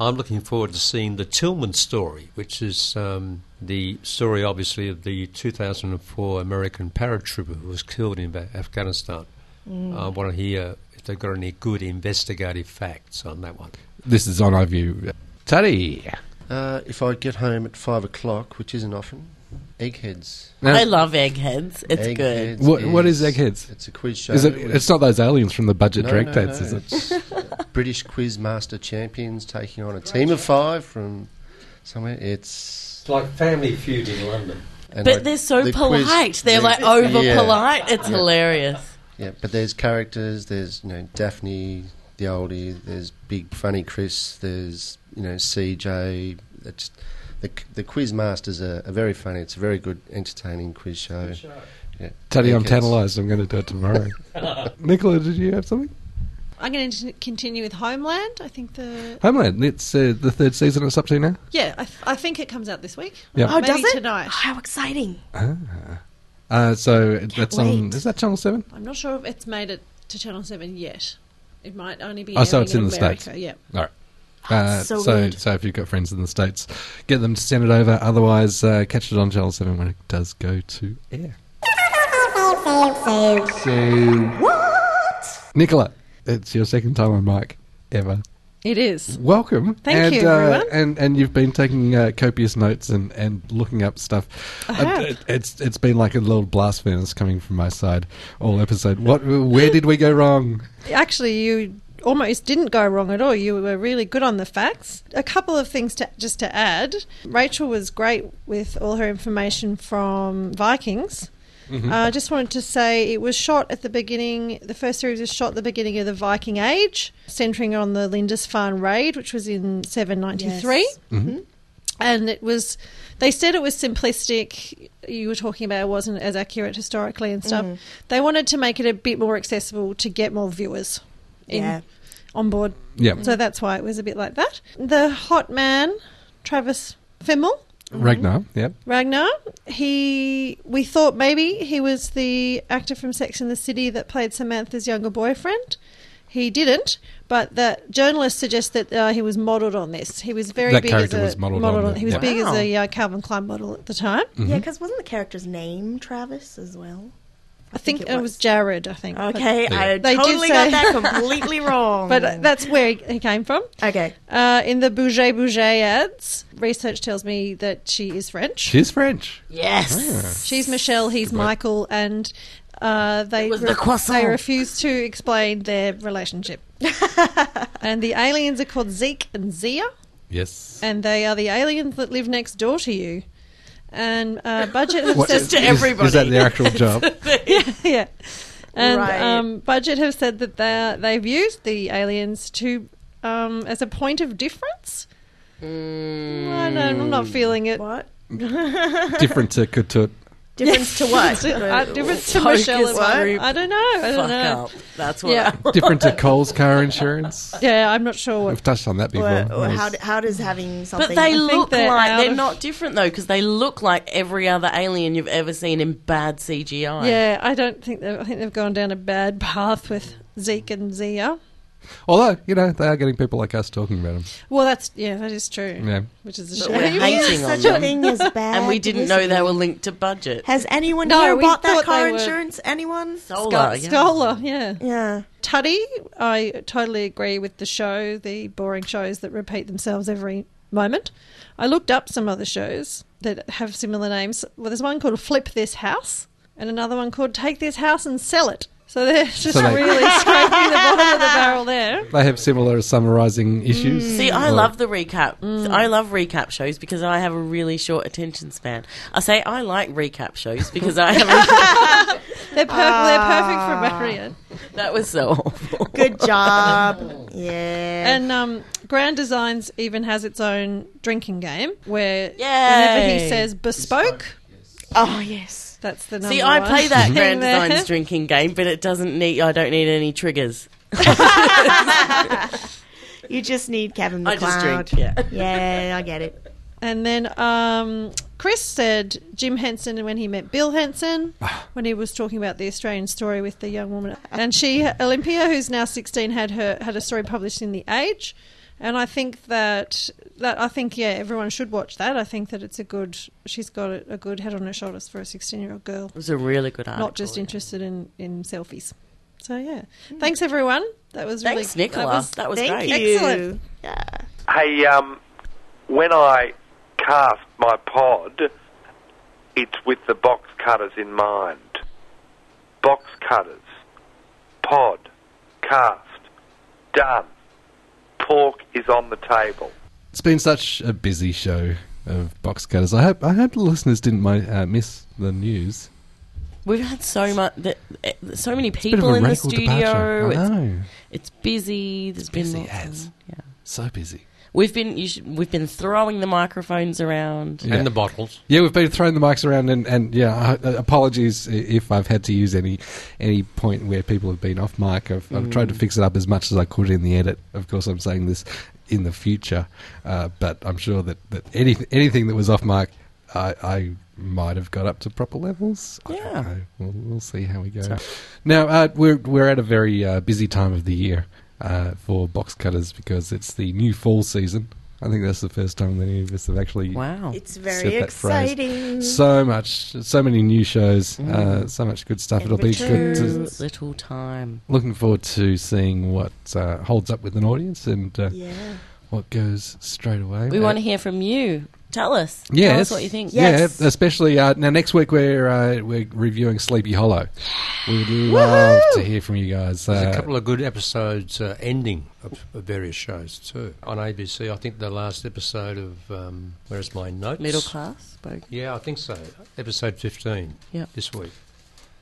Speaker 5: I'm looking forward to seeing the Tillman story, which is um, the story, obviously, of the 2004 American paratrooper who was killed in Ba- Afghanistan.
Speaker 22: Mm.
Speaker 5: I want to hear if they've got any good investigative facts on that one.
Speaker 3: This is on iView. Teddy.
Speaker 11: Uh, if I get home at five o'clock, which isn't often, eggheads.
Speaker 3: Now-
Speaker 4: I love eggheads. It's good.
Speaker 11: Eggheads
Speaker 3: What, what is Eggheads?
Speaker 11: It's a quiz show.
Speaker 3: Is it, it's not those aliens from the budget
Speaker 11: No,
Speaker 3: direct
Speaker 11: no,
Speaker 3: dates,
Speaker 11: no,
Speaker 3: is it?
Speaker 11: it's British Quiz Master champions taking on a team of five from somewhere. It's
Speaker 5: It's like Family Feud in London.
Speaker 11: and
Speaker 4: but
Speaker 11: like
Speaker 4: they're so
Speaker 11: the quiz-
Speaker 4: polite. they're
Speaker 11: the-
Speaker 4: like over
Speaker 11: Yeah.
Speaker 4: polite. It's
Speaker 11: Yeah.
Speaker 4: hilarious.
Speaker 11: Yeah, but there's characters. There's you know Daphne, the oldie. There's big funny Chris. There's you know CJ. It's, the the quiz masters are, are very funny. It's a very good, entertaining quiz show. Yeah.
Speaker 3: Teddy, I'm
Speaker 11: Eggheads.
Speaker 3: tantalised. I'm going to do it tomorrow. Nicola, did you have something?
Speaker 23: I'm going to continue with Homeland. I think the
Speaker 3: Homeland. It's uh, the third season. It's up to now.
Speaker 23: yeah, I, th- I think it comes out this week.
Speaker 3: Yeah. Oh,
Speaker 23: Maybe
Speaker 6: does it?
Speaker 23: tonight?
Speaker 6: How exciting!
Speaker 3: Ah. Uh, so that's on.
Speaker 23: wait.
Speaker 3: Is that Channel Seven?
Speaker 23: I'm not sure if it's made it to Channel Seven yet. It might only be.
Speaker 3: Oh, so
Speaker 23: airing
Speaker 3: it's in the
Speaker 23: America,
Speaker 3: states.
Speaker 23: Yeah.
Speaker 3: All right. Uh,
Speaker 23: so
Speaker 3: so,
Speaker 23: good.
Speaker 3: so if you've got friends in the states, get them to send it over. Otherwise, uh, catch it on Channel Seven when it does go to air. So what? Nicola, it's your second time on mic ever.
Speaker 23: It is.
Speaker 3: Welcome.
Speaker 23: Thank
Speaker 3: and,
Speaker 23: you,
Speaker 3: uh,
Speaker 23: everyone.
Speaker 3: and and you've been taking uh, copious notes and, and looking up stuff.
Speaker 23: I
Speaker 3: And
Speaker 23: have.
Speaker 3: It, it's it's been like a little blast furnace coming from my side all episode. What? Where did we go wrong?
Speaker 23: Actually, you almost didn't go wrong at all. You were really good on the facts. A couple of things to just to add. Rachel was great with all her information from Vikings.
Speaker 24: Mhm.
Speaker 23: Uh, I just wanted to say it was shot at the beginning. The first series was shot at the beginning of the Viking Age, centering on the Lindisfarne raid, which was in 793
Speaker 3: Mm-hmm.
Speaker 23: and it was they said it was simplistic you were talking about it wasn't as accurate historically and stuff
Speaker 6: Mhm.
Speaker 23: they wanted to make it a bit more accessible to get more viewers in,
Speaker 6: Yeah.
Speaker 23: on board
Speaker 3: Yeah.
Speaker 23: so that's why it was a bit like that the hot man travis fimmel
Speaker 3: Ragnar. Yeah.
Speaker 23: Ragnar. He, we thought maybe he was the actor from Sex and the City that played Samantha's younger boyfriend. He didn't, but the journalist suggests that uh, he was modelled on this. He was very
Speaker 3: That
Speaker 23: big
Speaker 3: character
Speaker 23: as a
Speaker 3: was modelled on it,
Speaker 23: He was
Speaker 3: yeah.
Speaker 23: big as
Speaker 6: Wow.
Speaker 23: a uh, Calvin Klein model at the time.
Speaker 3: Mm-hmm.
Speaker 6: Yeah, because wasn't the character's name Travis as well?
Speaker 23: I think it was Jared. I think. but-
Speaker 6: Okay, I
Speaker 23: They did
Speaker 6: totally
Speaker 23: say-
Speaker 6: got that completely wrong.
Speaker 23: But that's where he came from.
Speaker 6: Okay.
Speaker 23: Uh, in the Bouger Bouger ads, research tells me that she is French.
Speaker 3: She's French.
Speaker 23: Yes. She's Michelle, he's Michael, and uh, they,
Speaker 24: was the croissant.
Speaker 23: they refuse to explain their relationship. and the aliens are called Zeke and Zia,
Speaker 3: Yes.
Speaker 23: and they are the aliens that live next door to you. And uh, Budget have
Speaker 3: What-
Speaker 23: said
Speaker 3: is- is- is that their actual job?
Speaker 23: yeah, yeah. And
Speaker 6: Right.
Speaker 23: um, Budget have said that they are, they've used the aliens to
Speaker 24: Hmm.
Speaker 23: um, as a point of difference. I don't- I'm not feeling it.
Speaker 6: What?
Speaker 3: different to Kutut.
Speaker 6: Difference to what?
Speaker 23: Uh, difference to
Speaker 4: Focus
Speaker 23: Michelle and I.
Speaker 4: group.
Speaker 23: I don't know. I don't
Speaker 4: Fuck
Speaker 23: know.
Speaker 4: up. That's what.
Speaker 23: Yeah.
Speaker 3: Different to Cole's car insurance.
Speaker 23: Yeah, I'm not sure what.
Speaker 3: We've touched on that before.
Speaker 6: Or, or
Speaker 3: Yes.
Speaker 6: how, d- how does having
Speaker 4: But
Speaker 6: something.
Speaker 4: they look
Speaker 23: they're
Speaker 4: like
Speaker 23: out
Speaker 4: they're
Speaker 23: of-
Speaker 4: not different though, because they look like every other alien you've ever seen in bad CGI.
Speaker 23: Yeah, I don't think they. I think they've gone down a bad path with Zeke and Zia.
Speaker 3: Although you know they are getting people like us talking about them.
Speaker 23: Well, that's yeah, that is true.
Speaker 3: Yeah.
Speaker 23: which is a
Speaker 4: But
Speaker 23: shame.
Speaker 4: we're hating on
Speaker 6: such a
Speaker 4: them.
Speaker 6: thing as bad
Speaker 4: and we didn't know they
Speaker 6: publicity.
Speaker 4: were linked to budget.
Speaker 6: Has anyone
Speaker 23: No,
Speaker 6: here
Speaker 23: we thought
Speaker 6: bought that
Speaker 23: they
Speaker 6: car
Speaker 23: were-
Speaker 6: insurance? Anyone?
Speaker 4: Solar, yeah.
Speaker 23: Scholar, yeah.
Speaker 6: Yeah.
Speaker 23: Tutty, I totally agree with the show, the boring shows that repeat themselves every moment. I looked up some other shows that have similar names. Well, there's one called Flip This House and another one called Take This House and Sell It. So they're just
Speaker 3: they-
Speaker 23: really scraping the bottom of the barrel there.
Speaker 3: They have similar summarising issues.
Speaker 4: See, I
Speaker 3: Or-
Speaker 4: love the recap.
Speaker 3: Mm.
Speaker 4: I love recap shows because I have a really short attention span. I say I like recap shows because I have.
Speaker 23: They're, per- they're perfect for Marion.
Speaker 4: A, that was so awful.
Speaker 6: Good
Speaker 4: uh,
Speaker 6: job. yeah.
Speaker 23: And um, Grand Designs even has its own drinking game where whenever he
Speaker 4: Yay.
Speaker 23: says bespoke,
Speaker 6: oh, yes.
Speaker 23: that's the number
Speaker 4: See, I
Speaker 23: one
Speaker 4: play that
Speaker 23: thing
Speaker 4: Grand
Speaker 23: there.
Speaker 4: Designs drinking game, but it doesn't need. I don't need any triggers.
Speaker 6: You just need Kevin McCloud.
Speaker 4: I just drink, yeah.
Speaker 6: Yeah, I get it.
Speaker 23: And then um, Chris said Jim Henson when he met Bill Henson, when he was talking about the Australian story with the young woman. And she, Olympia, who's now 16, had her had a story published in The Age. And I think that, that I think, yeah, everyone should watch that. I think that it's a good, she's got a, a good head on her shoulders for a 16 year old girl,
Speaker 4: It was a really good article.
Speaker 23: not just interested in, in selfies. So, yeah. Thanks, everyone. That was really
Speaker 4: Thanks, Nicola. That was,
Speaker 6: Thank
Speaker 4: great.
Speaker 6: you.
Speaker 23: Excellent.
Speaker 6: Yeah.
Speaker 1: Hey, um, when I cast my pod, it's with the box cutters in mind. Box cutters, pod, cast, done. Pork is on the table.
Speaker 3: It's been such a busy show of box cutters. I hope I hope the listeners didn't mi- uh, miss the news.
Speaker 4: We've had so much, th- eh, so many
Speaker 3: bit of
Speaker 4: people
Speaker 3: a
Speaker 4: in the
Speaker 3: radical
Speaker 4: studio.
Speaker 3: departure. I
Speaker 4: It's-
Speaker 3: know.
Speaker 4: It's, busy. There's
Speaker 3: Busy
Speaker 4: been lots
Speaker 3: as.
Speaker 4: on. yeah.
Speaker 3: So busy.
Speaker 4: We've been you should, we've been throwing the microphones around.
Speaker 3: Yeah.
Speaker 5: And the bottles.
Speaker 3: Yeah, we've been throwing the mics around, and, and yeah, I- uh, apologies i- if I've had to use any any point where people have been off mic. I've, I've
Speaker 5: Mm.
Speaker 3: tried to fix it up as much as I could in the edit. Of course, I'm saying this in the future, uh, but I'm sure that, that any, anything that was off mic, I, I might have got up to proper levels. I don't
Speaker 4: Yeah.
Speaker 3: know. We'll, we'll see how we go. Now uh, we're we're at a very uh, busy time of the year uh, for box cutters because it's the new fall season. I think that's the first time that any of us have actually
Speaker 4: Wow.
Speaker 6: It's
Speaker 3: said
Speaker 6: very
Speaker 3: that phrase.
Speaker 6: exciting.
Speaker 3: So much, so many new shows, uh,
Speaker 4: Mm.
Speaker 3: so much good stuff.
Speaker 6: And
Speaker 3: It'll be good. To,
Speaker 6: returns.
Speaker 4: Little time.
Speaker 3: looking forward to seeing what uh, holds up with an audience and uh,
Speaker 6: Yeah.
Speaker 3: what goes straight away.
Speaker 4: We
Speaker 3: Uh,
Speaker 4: want to hear from you. Tell us. Tell
Speaker 3: Yes.
Speaker 4: us what you think.
Speaker 3: Yeah, especially uh, now. Next week we're uh, we're reviewing Sleepy Hollow. We would love to hear from you guys.
Speaker 5: There's
Speaker 3: Uh,
Speaker 5: a couple of good episodes uh, ending of, of various shows too on ABC. I think the last episode of um, where's my notes?
Speaker 4: Middle class. Bogan.
Speaker 5: Yeah, I think so. Episode fifteen.
Speaker 4: Yep.
Speaker 5: this week.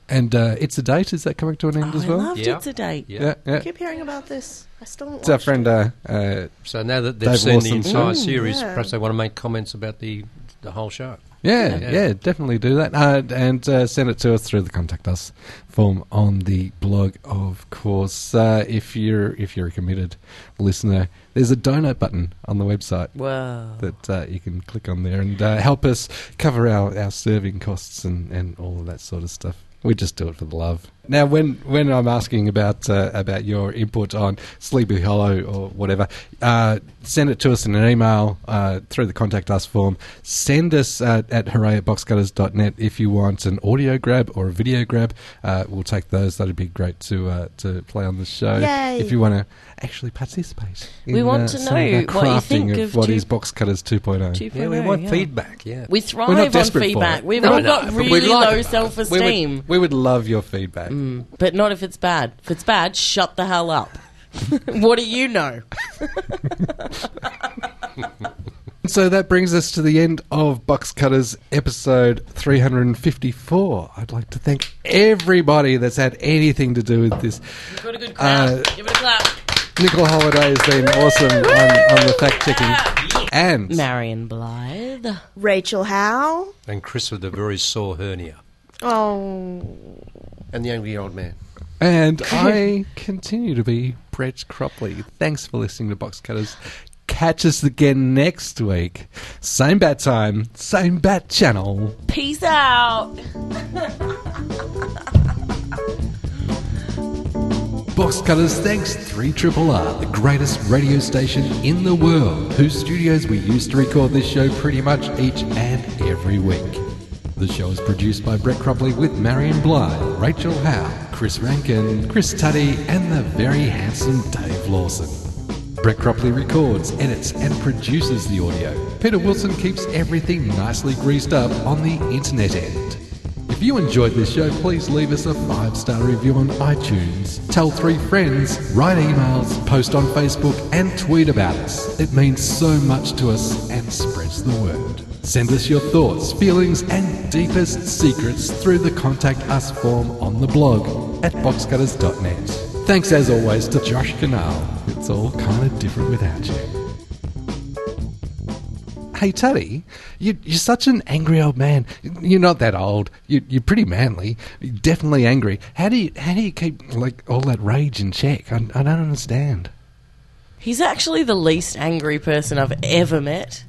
Speaker 3: and uh, it's a date. Is that coming to an end
Speaker 4: Oh,
Speaker 3: as
Speaker 4: I
Speaker 3: well?
Speaker 4: loved
Speaker 5: Yeah.
Speaker 4: It's a Date.
Speaker 5: Yeah.
Speaker 3: yeah,
Speaker 6: I
Speaker 3: yeah.
Speaker 6: keep hearing about this. I still don't
Speaker 3: It's our
Speaker 6: watch
Speaker 3: friend. Uh, uh,
Speaker 5: So now that they've
Speaker 3: Dave
Speaker 5: seen
Speaker 3: Lawson.
Speaker 5: the entire
Speaker 6: Mm,
Speaker 5: series,
Speaker 6: yeah.
Speaker 5: perhaps they want to make comments about the the whole show.
Speaker 3: Yeah, yeah,
Speaker 5: Yeah.
Speaker 3: definitely do that. Uh, and uh, send it to us through the contact us form on the blog, of course. Uh, if you're if you're a committed listener, there's a donate button on the website
Speaker 4: Wow.
Speaker 3: that uh, you can click on there and uh, help us cover our, our serving costs and, and all of that sort of stuff. We just do it for the love. Now, when, when I'm asking about uh, about your input on Sleepy Hollow or whatever, uh, send it to us in an email uh, through the contact us form. Send us uh, at hooray at boxcutters.net if you want an audio grab or a video grab. Uh, we'll take those. That'd be great to uh, to play on the show.
Speaker 6: Yay.
Speaker 3: If you want to actually participate, uh,
Speaker 4: We want to
Speaker 3: some of
Speaker 4: know
Speaker 3: that
Speaker 4: what you
Speaker 3: crafting
Speaker 4: think
Speaker 3: of,
Speaker 4: of
Speaker 3: what
Speaker 4: two-
Speaker 3: is Box Cutters 2.0.
Speaker 4: Two oh.
Speaker 5: Yeah, we
Speaker 4: photo,
Speaker 5: want
Speaker 4: yeah.
Speaker 5: feedback. Yeah,
Speaker 4: We
Speaker 3: We're not
Speaker 4: thrive on
Speaker 3: desperate for
Speaker 4: feedback.
Speaker 3: it.
Speaker 4: We've
Speaker 5: No,
Speaker 4: all
Speaker 5: no,
Speaker 4: got
Speaker 5: but we'd
Speaker 4: really
Speaker 5: like
Speaker 4: low Mm.
Speaker 5: it.
Speaker 4: self
Speaker 3: We
Speaker 4: esteem,
Speaker 3: would, we would love your feedback.
Speaker 4: but not if it's bad. If it's bad, shut the hell up. what do you know?
Speaker 3: So that brings us to the end of Box Cutters episode 354. I'd like to thank everybody that's had anything to do with this.
Speaker 4: You've got a good
Speaker 3: Uh,
Speaker 4: clap. Give it a clap.
Speaker 3: Nicole Holiday has been awesome on, on the fact checking. And
Speaker 4: Marion Blythe.
Speaker 6: Rachel Howe.
Speaker 5: And Chris with a very sore hernia.
Speaker 6: Oh.
Speaker 11: And the angry old man.
Speaker 3: And I continue to be Brett Cropley. Thanks for listening to Box Cutters. Catch us again next week. Same bat time, same bat channel.
Speaker 4: Peace out.
Speaker 3: Box Cutters thanks 3 Triple R, the greatest radio station in the world, whose studios we use to record this show pretty much each and every week. The show is produced by Brett Cropley with Marion Blythe, Rachel Howe, Chris Rankin, Chris Tuddy, and the very handsome Dave Lawson. Brett Cropley records, edits, and produces the audio. Peter Wilson keeps everything nicely greased up on the internet end. If you enjoyed this show, please leave us a five star review on iTunes. Tell three friends, write emails, post on Facebook, and tweet about us. It means so much to us and spreads the word. Send us your thoughts, feelings, and deepest secrets through the Contact Us form on the blog at boxcutters.net. Thanks as always to Josh Canal. It's all kind of different without you. Hey, Tutty, you, you're such an angry old man. You're not that old. You, you're pretty manly. You're definitely angry. How do you how do you keep like all that rage in check? I, I don't understand.
Speaker 4: He's actually the least angry person I've ever met.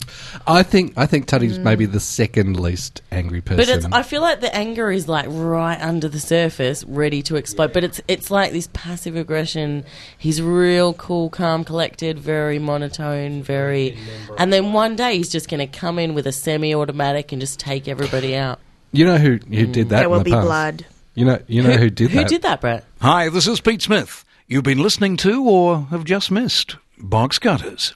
Speaker 3: I think I think Tutty's maybe the second least angry person.
Speaker 4: Mm. But it's, I feel like the anger is like right under the surface, ready to explode. But it's it's like this passive aggression. He's real cool, calm, collected, very monotone, very. And then one day he's just going to come in with a semi-automatic and just take everybody out.
Speaker 3: you know who who did that?
Speaker 4: Mm. There
Speaker 3: in
Speaker 4: will
Speaker 3: the
Speaker 4: be
Speaker 3: past?
Speaker 4: blood.
Speaker 3: You know you know who, did
Speaker 4: Who
Speaker 3: that?
Speaker 4: did that, Brett?
Speaker 17: Hi, this is Pete Smith. You've been listening to or have just missed Box Cutters.